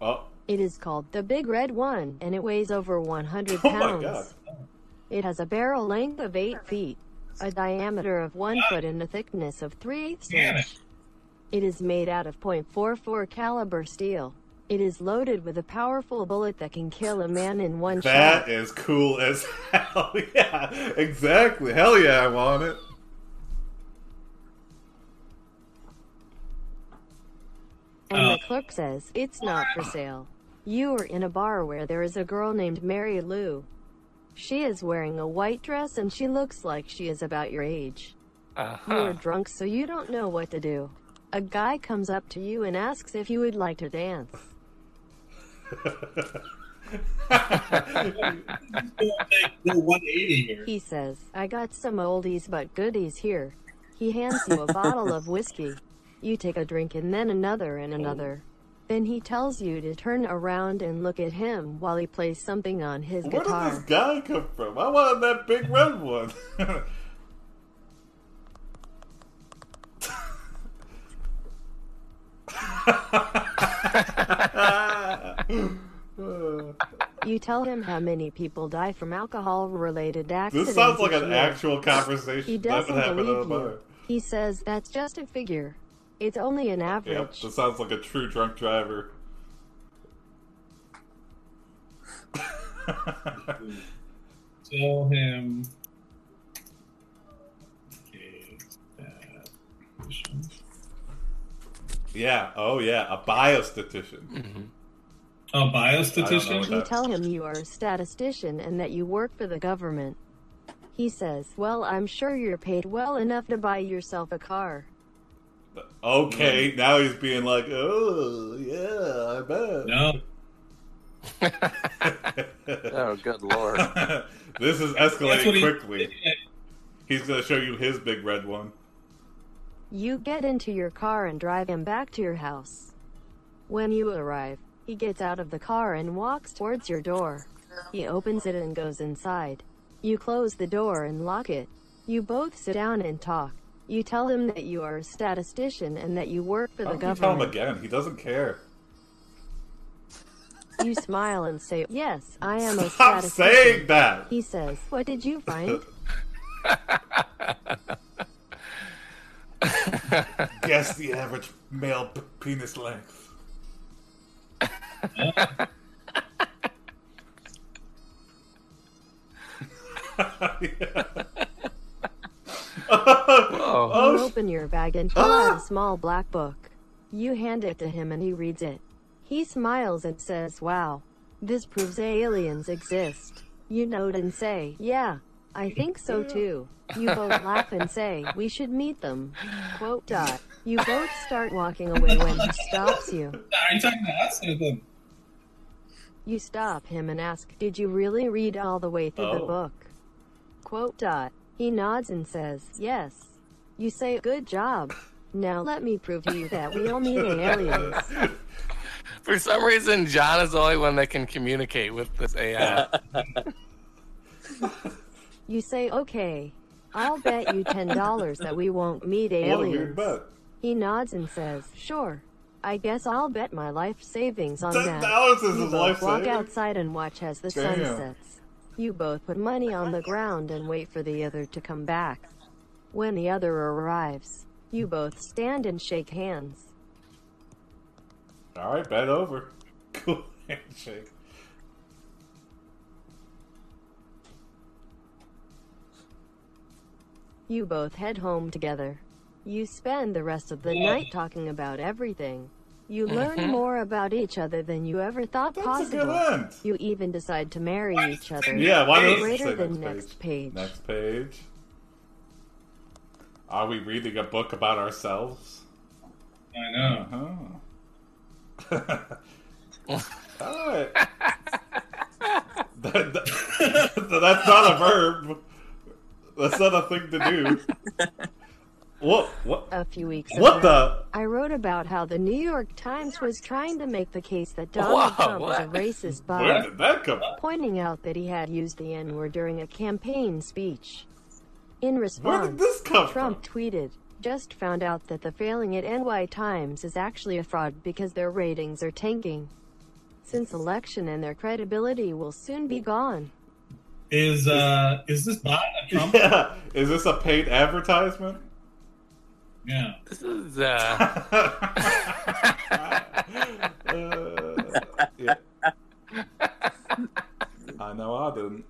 Speaker 1: Oh,
Speaker 6: It is called the Big Red One, and it weighs over 100
Speaker 1: Oh my God.
Speaker 6: pounds. It has a barrel length of 8 feet, a diameter of 1 foot, and a thickness of 3 eighths
Speaker 5: Damn
Speaker 6: inch. It is made out of .44 caliber steel. It is loaded with a powerful bullet that can kill a man in one
Speaker 1: That
Speaker 6: shot.
Speaker 1: is cool as hell. yeah, exactly. Hell yeah, I want it.
Speaker 6: And
Speaker 5: Uh.
Speaker 6: the clerk says, It's not for sale. You are in a bar where there is a girl named Mary Lou. She is wearing a white dress and she looks like she is about your age. You are
Speaker 3: Uh-huh.
Speaker 6: drunk, so you don't know what to do. A guy comes up to you and asks if you would like to dance.
Speaker 5: Like, the 180 here.
Speaker 6: He says, I got some oldies but goodies here. He hands you a bottle of whiskey. You take a drink and then another and another. Then he tells you to turn around and look at him while he plays something on his
Speaker 1: Where did this
Speaker 6: guitar.
Speaker 1: guy come from? I wanted that big red one.
Speaker 6: You tell him how many people die from alcohol related accidents.
Speaker 1: this sounds like
Speaker 6: each
Speaker 1: an
Speaker 6: year.
Speaker 1: actual conversation
Speaker 6: He
Speaker 1: that would
Speaker 6: doesn't
Speaker 1: happen at a
Speaker 6: believe
Speaker 1: bar.
Speaker 6: you. He says, That's just a figure. It's only an
Speaker 1: Yep,
Speaker 6: average.
Speaker 1: this sounds like a true drunk driver.
Speaker 5: Tell him. Gives statistician.
Speaker 1: yeah, oh yeah, a biostatician.
Speaker 5: A biostatistician?
Speaker 1: what that-
Speaker 6: You tell him you are a statistician and that you work for the government. He says, Well, I'm sure you're paid well enough to buy yourself a car.
Speaker 1: Okay, now he's being like, oh yeah, I bet.
Speaker 5: No.
Speaker 2: Oh, good lord.
Speaker 1: this is
Speaker 5: That's what
Speaker 1: escalating
Speaker 5: he-
Speaker 1: quickly. He's gonna show you his big red one.
Speaker 6: You get into your car and drive him back to your house. When you arrive, he gets out of the car and walks towards your door. He opens it and goes inside. You close the door and lock it. You both sit down and talk. You tell him that you are a statistician and that you work for
Speaker 1: Why
Speaker 6: the
Speaker 1: don't you tell him
Speaker 6: government.
Speaker 1: again. He doesn't care.
Speaker 6: You smile and say, Yes, I am a
Speaker 1: Stop
Speaker 6: statistician.
Speaker 1: saying that.
Speaker 6: He says, What did you find?
Speaker 1: Guess the average male p- penis length.
Speaker 3: Oh.
Speaker 6: You
Speaker 1: Oh, sh-
Speaker 6: open your bag and pull out a small black book. You hand it to him and he reads it. He smiles and says, Wow, this proves aliens exist. You note and say, Yeah, I think so too. You both laugh and say, We should meet them. Quote dot. You both start walking away when he stops you.
Speaker 5: Are you talking to us or them?
Speaker 6: You stop him and ask, Did you really read all the way through the
Speaker 1: Oh.
Speaker 6: book? Quote dot. He nods and says, Yes. You say, Good job. Now let me prove to you that we don't meet aliens.
Speaker 3: For some reason, John is the only one that can communicate with this AI.
Speaker 6: You say, Okay. I'll bet you $10 that we won't meet
Speaker 1: what a weird
Speaker 6: aliens.
Speaker 1: bet.
Speaker 6: He nods and says, Sure. I guess I'll bet my life savings on
Speaker 1: Ten
Speaker 6: that.
Speaker 1: dollars is
Speaker 6: You
Speaker 1: his
Speaker 6: both
Speaker 1: life
Speaker 6: walk
Speaker 1: savings.
Speaker 6: outside and watch as the
Speaker 1: Damn.
Speaker 6: sun sets. You both put money on the ground and wait for the other to come back. When the other arrives, you both stand and shake hands.
Speaker 1: All right, bet over. Cool handshake.
Speaker 6: You both head home together. You spend the rest of the night talking about everything. You
Speaker 3: Mm-hmm.
Speaker 6: learn more about each other than you ever thought
Speaker 1: That's a
Speaker 6: possible.
Speaker 1: good end.
Speaker 6: You even decide to marry each other.
Speaker 1: Yeah, why don't you say
Speaker 6: Greater than
Speaker 1: next
Speaker 6: next
Speaker 1: page?
Speaker 6: page.
Speaker 1: Next page. Are we reading a book about ourselves?
Speaker 5: I know.
Speaker 1: Uh-huh. All right. That- that- that's not a verb. That's not a thing to do. What? What?
Speaker 6: A few weeks ago,
Speaker 1: What the?
Speaker 6: I wrote about how the New York Times was trying to make the case that
Speaker 3: Whoa,
Speaker 6: Donald Trump was a
Speaker 3: what?
Speaker 6: racist
Speaker 1: Where
Speaker 6: bias,
Speaker 1: did that come? from?
Speaker 6: pointing out that he had used the N word during a campaign speech. In
Speaker 1: Where did
Speaker 6: response,
Speaker 1: this come from?
Speaker 6: Trump tweeted, just found out that the failing at NY Times is actually a fraud because their ratings are tanking. Since election and their credibility will soon be gone.
Speaker 5: Is uh is this bot a Trump?
Speaker 1: Yeah. Is this a paid advertisement?
Speaker 5: yeah.
Speaker 3: This is uh,
Speaker 1: Uh, yeah. I know I didn't.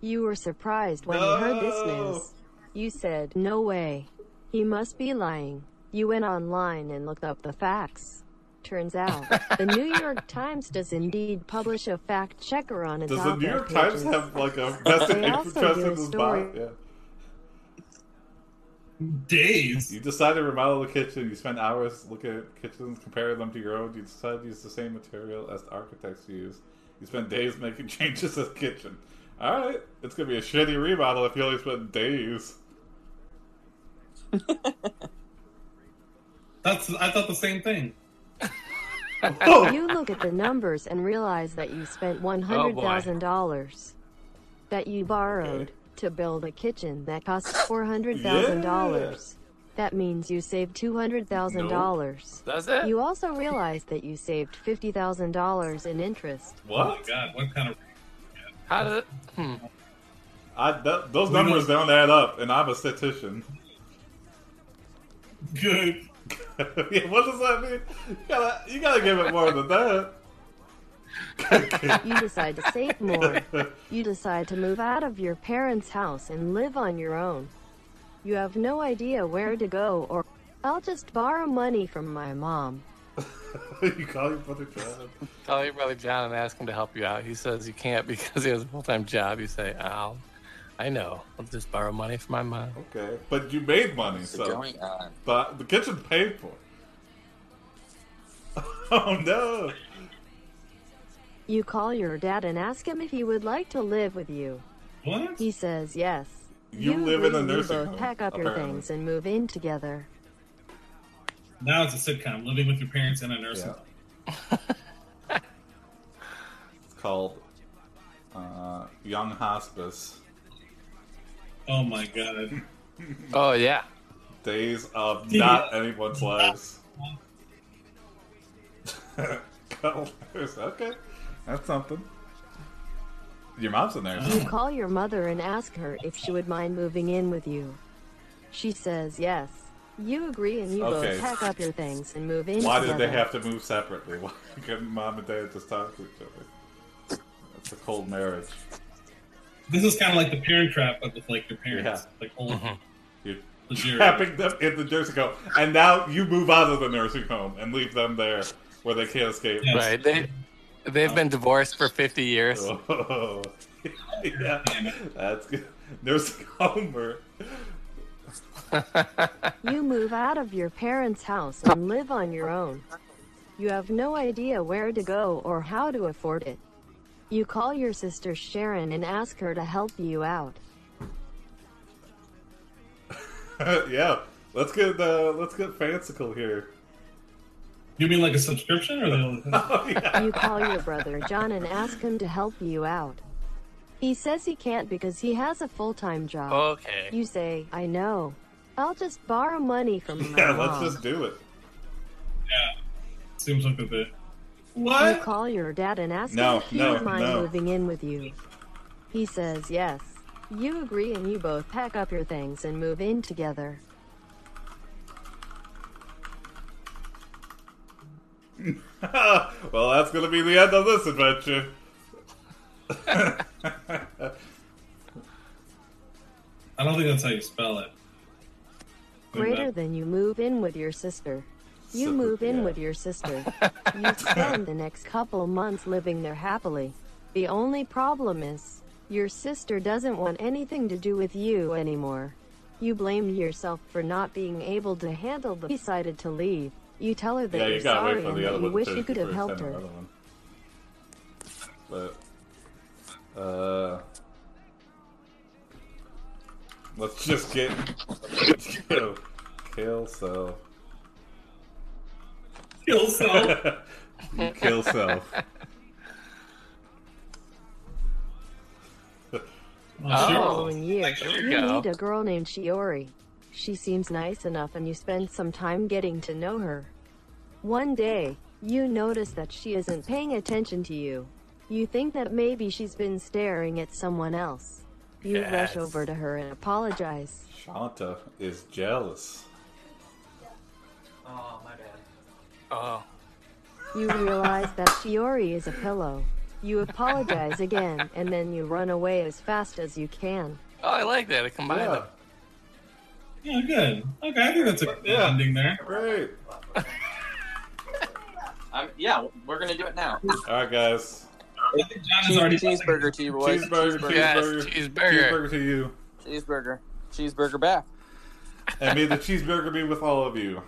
Speaker 6: You were surprised when you heard this news. You said, No way. He must be lying. You went online and looked up the facts. Turns out, the New York Times does indeed publish a fact checker on its
Speaker 1: Does the
Speaker 6: op-ed
Speaker 1: New York
Speaker 6: pages.
Speaker 1: Times have like a vested
Speaker 6: They also
Speaker 1: interest
Speaker 6: did
Speaker 1: in
Speaker 6: a
Speaker 1: this
Speaker 6: story.
Speaker 1: bot? Yeah.
Speaker 5: Days.
Speaker 1: You decided to remodel the kitchen. You spent hours looking at kitchens, comparing them to your own. You decided to use the same material as the architects use. You spent days making changes to the kitchen. All right, it's gonna be a shitty remodel if you only spent days.
Speaker 5: That's I thought the same thing.
Speaker 1: Whoa.
Speaker 6: You look at the numbers and realize that you
Speaker 1: Oh,
Speaker 6: spent $100,000 that you borrowed
Speaker 1: Okay.
Speaker 6: to build a kitchen that cost $400,000. That means you saved $200,000.
Speaker 3: does it?
Speaker 6: You also realize that you saved $50,000 in interest.
Speaker 5: Oh my
Speaker 1: What?
Speaker 5: god, what kind of
Speaker 3: How did? It, hmm.
Speaker 1: I, that, those numbers don't add up, and I'm a statistician.
Speaker 5: good
Speaker 1: Yeah, what does that mean? You gotta, you gotta give it more than that.
Speaker 6: You decide to save more. You decide to move out of your parents' house and live on your own. You have no idea where to go or I'll just borrow money from my mom.
Speaker 1: you call your brother John.
Speaker 3: Call your brother John and ask him to help you out. He says you can't because he has a full time job. You say, "I'll, I know. I'll just borrow money from my mom."
Speaker 1: Okay, but you made money,
Speaker 2: What's
Speaker 1: so
Speaker 2: going
Speaker 4: uh,
Speaker 2: on?
Speaker 1: the, the kitchen paid for. it. Oh no!
Speaker 6: You call your dad and ask him if he would like to live with you.
Speaker 5: what?
Speaker 6: He says yes.
Speaker 1: You live in a
Speaker 6: agree and you
Speaker 1: nursing
Speaker 6: both
Speaker 1: home,
Speaker 6: Pack up your
Speaker 1: apparently.
Speaker 6: things and move in together.
Speaker 5: Now it's a sitcom, living with your parents in a nursing
Speaker 1: Yeah.
Speaker 5: home.
Speaker 1: It's called uh, Young Hospice.
Speaker 5: Oh my god.
Speaker 3: Oh yeah.
Speaker 1: Days of not anyone's lives. Colors. Okay, that's something. Your mom's a nurse.
Speaker 6: You call your mother and ask her if she would mind moving in with you. She says yes. You agree and you
Speaker 1: Okay.
Speaker 6: both pack up your things and move in
Speaker 1: Why did
Speaker 6: together.
Speaker 1: they have to move separately? Why couldn't mom and dad just talk to each other? It's a cold marriage.
Speaker 5: This is kinda like the parent trap but with like your parents.
Speaker 1: Yeah.
Speaker 5: Like old
Speaker 4: Mm-hmm.
Speaker 1: You're
Speaker 5: Legit.
Speaker 1: trapping them in the nursing home, and now you move out of the nursing home and leave them there where they can't escape.
Speaker 5: Yeah. Yes.
Speaker 3: Right. They they've been divorced for fifty years.
Speaker 1: Oh. yeah, that's good. Nursing home or
Speaker 6: You move out of your parents' house and live on your own. You have no idea where to go or how to afford it. You call your sister Sharon and ask her to help you out.
Speaker 1: yeah. Let's get uh, let's get fanciful here.
Speaker 5: You mean like a subscription or the
Speaker 1: Oh, yeah.
Speaker 6: You call your brother John and ask him to help you out. He says he can't because he has a full time job.
Speaker 3: Okay.
Speaker 6: You say, I know. I'll just borrow money from my
Speaker 1: yeah, let's
Speaker 6: mom.
Speaker 1: just do it.
Speaker 5: seems like a bit
Speaker 6: You
Speaker 5: What?
Speaker 6: call your dad and ask
Speaker 1: No,
Speaker 6: him if he
Speaker 1: no,
Speaker 6: would mind
Speaker 1: no.
Speaker 6: moving in with you. He says yes. You agree and you both pack up your things and move in together.
Speaker 1: well, that's gonna be the end of this adventure.
Speaker 5: I don't think that's how you spell it.
Speaker 6: greater than you move in with your sister. You
Speaker 1: So,
Speaker 6: move in
Speaker 1: yeah.
Speaker 6: with your sister. you spend the next couple months living there happily. The only problem is, your sister doesn't want anything to do with you anymore. You blame yourself for not being able to handle the decided to leave. You tell her that
Speaker 1: Yeah,
Speaker 6: you're
Speaker 1: you got away
Speaker 6: sorry
Speaker 1: from
Speaker 6: and
Speaker 1: the
Speaker 6: that
Speaker 1: other
Speaker 6: you
Speaker 1: one.
Speaker 6: wish
Speaker 1: to-
Speaker 6: you could have
Speaker 1: for
Speaker 6: helped
Speaker 1: sending
Speaker 6: her.
Speaker 1: another one. But uh, let's just get let's get a kill cell.
Speaker 5: Kill Oh, self.
Speaker 1: You kill self.
Speaker 5: Oh,
Speaker 6: The
Speaker 5: sure.
Speaker 6: following year,
Speaker 3: There you
Speaker 6: you
Speaker 3: go.
Speaker 6: meet a girl named Shiori. She seems nice enough and you spend some time getting to know her. One day, you notice that she isn't paying attention to you. You think that maybe she's been staring at someone else. You
Speaker 1: Yes.
Speaker 6: rush over to her and apologize.
Speaker 1: Shanta is jealous.
Speaker 7: Oh, my bad.
Speaker 3: Oh,
Speaker 6: You realize that Shiori is a pillow. You apologize again and then you run away as fast as you can.
Speaker 3: oh, I like that. It combined
Speaker 1: Yeah,
Speaker 3: them.
Speaker 5: Yeah, good. Okay, I think that's a good
Speaker 1: Yeah.
Speaker 5: ending there.
Speaker 1: great.
Speaker 4: I'm, yeah, we're gonna do it now.
Speaker 1: All right, guys.
Speaker 5: I think John has
Speaker 4: Cheese,
Speaker 5: already
Speaker 4: cheeseburger to you, boys.
Speaker 1: Cheeseburger,
Speaker 3: Yes,
Speaker 1: cheeseburger,
Speaker 3: cheeseburger.
Speaker 1: cheeseburger to you,
Speaker 4: Cheeseburger. Cheeseburger back.
Speaker 1: and may the cheeseburger be with all of you.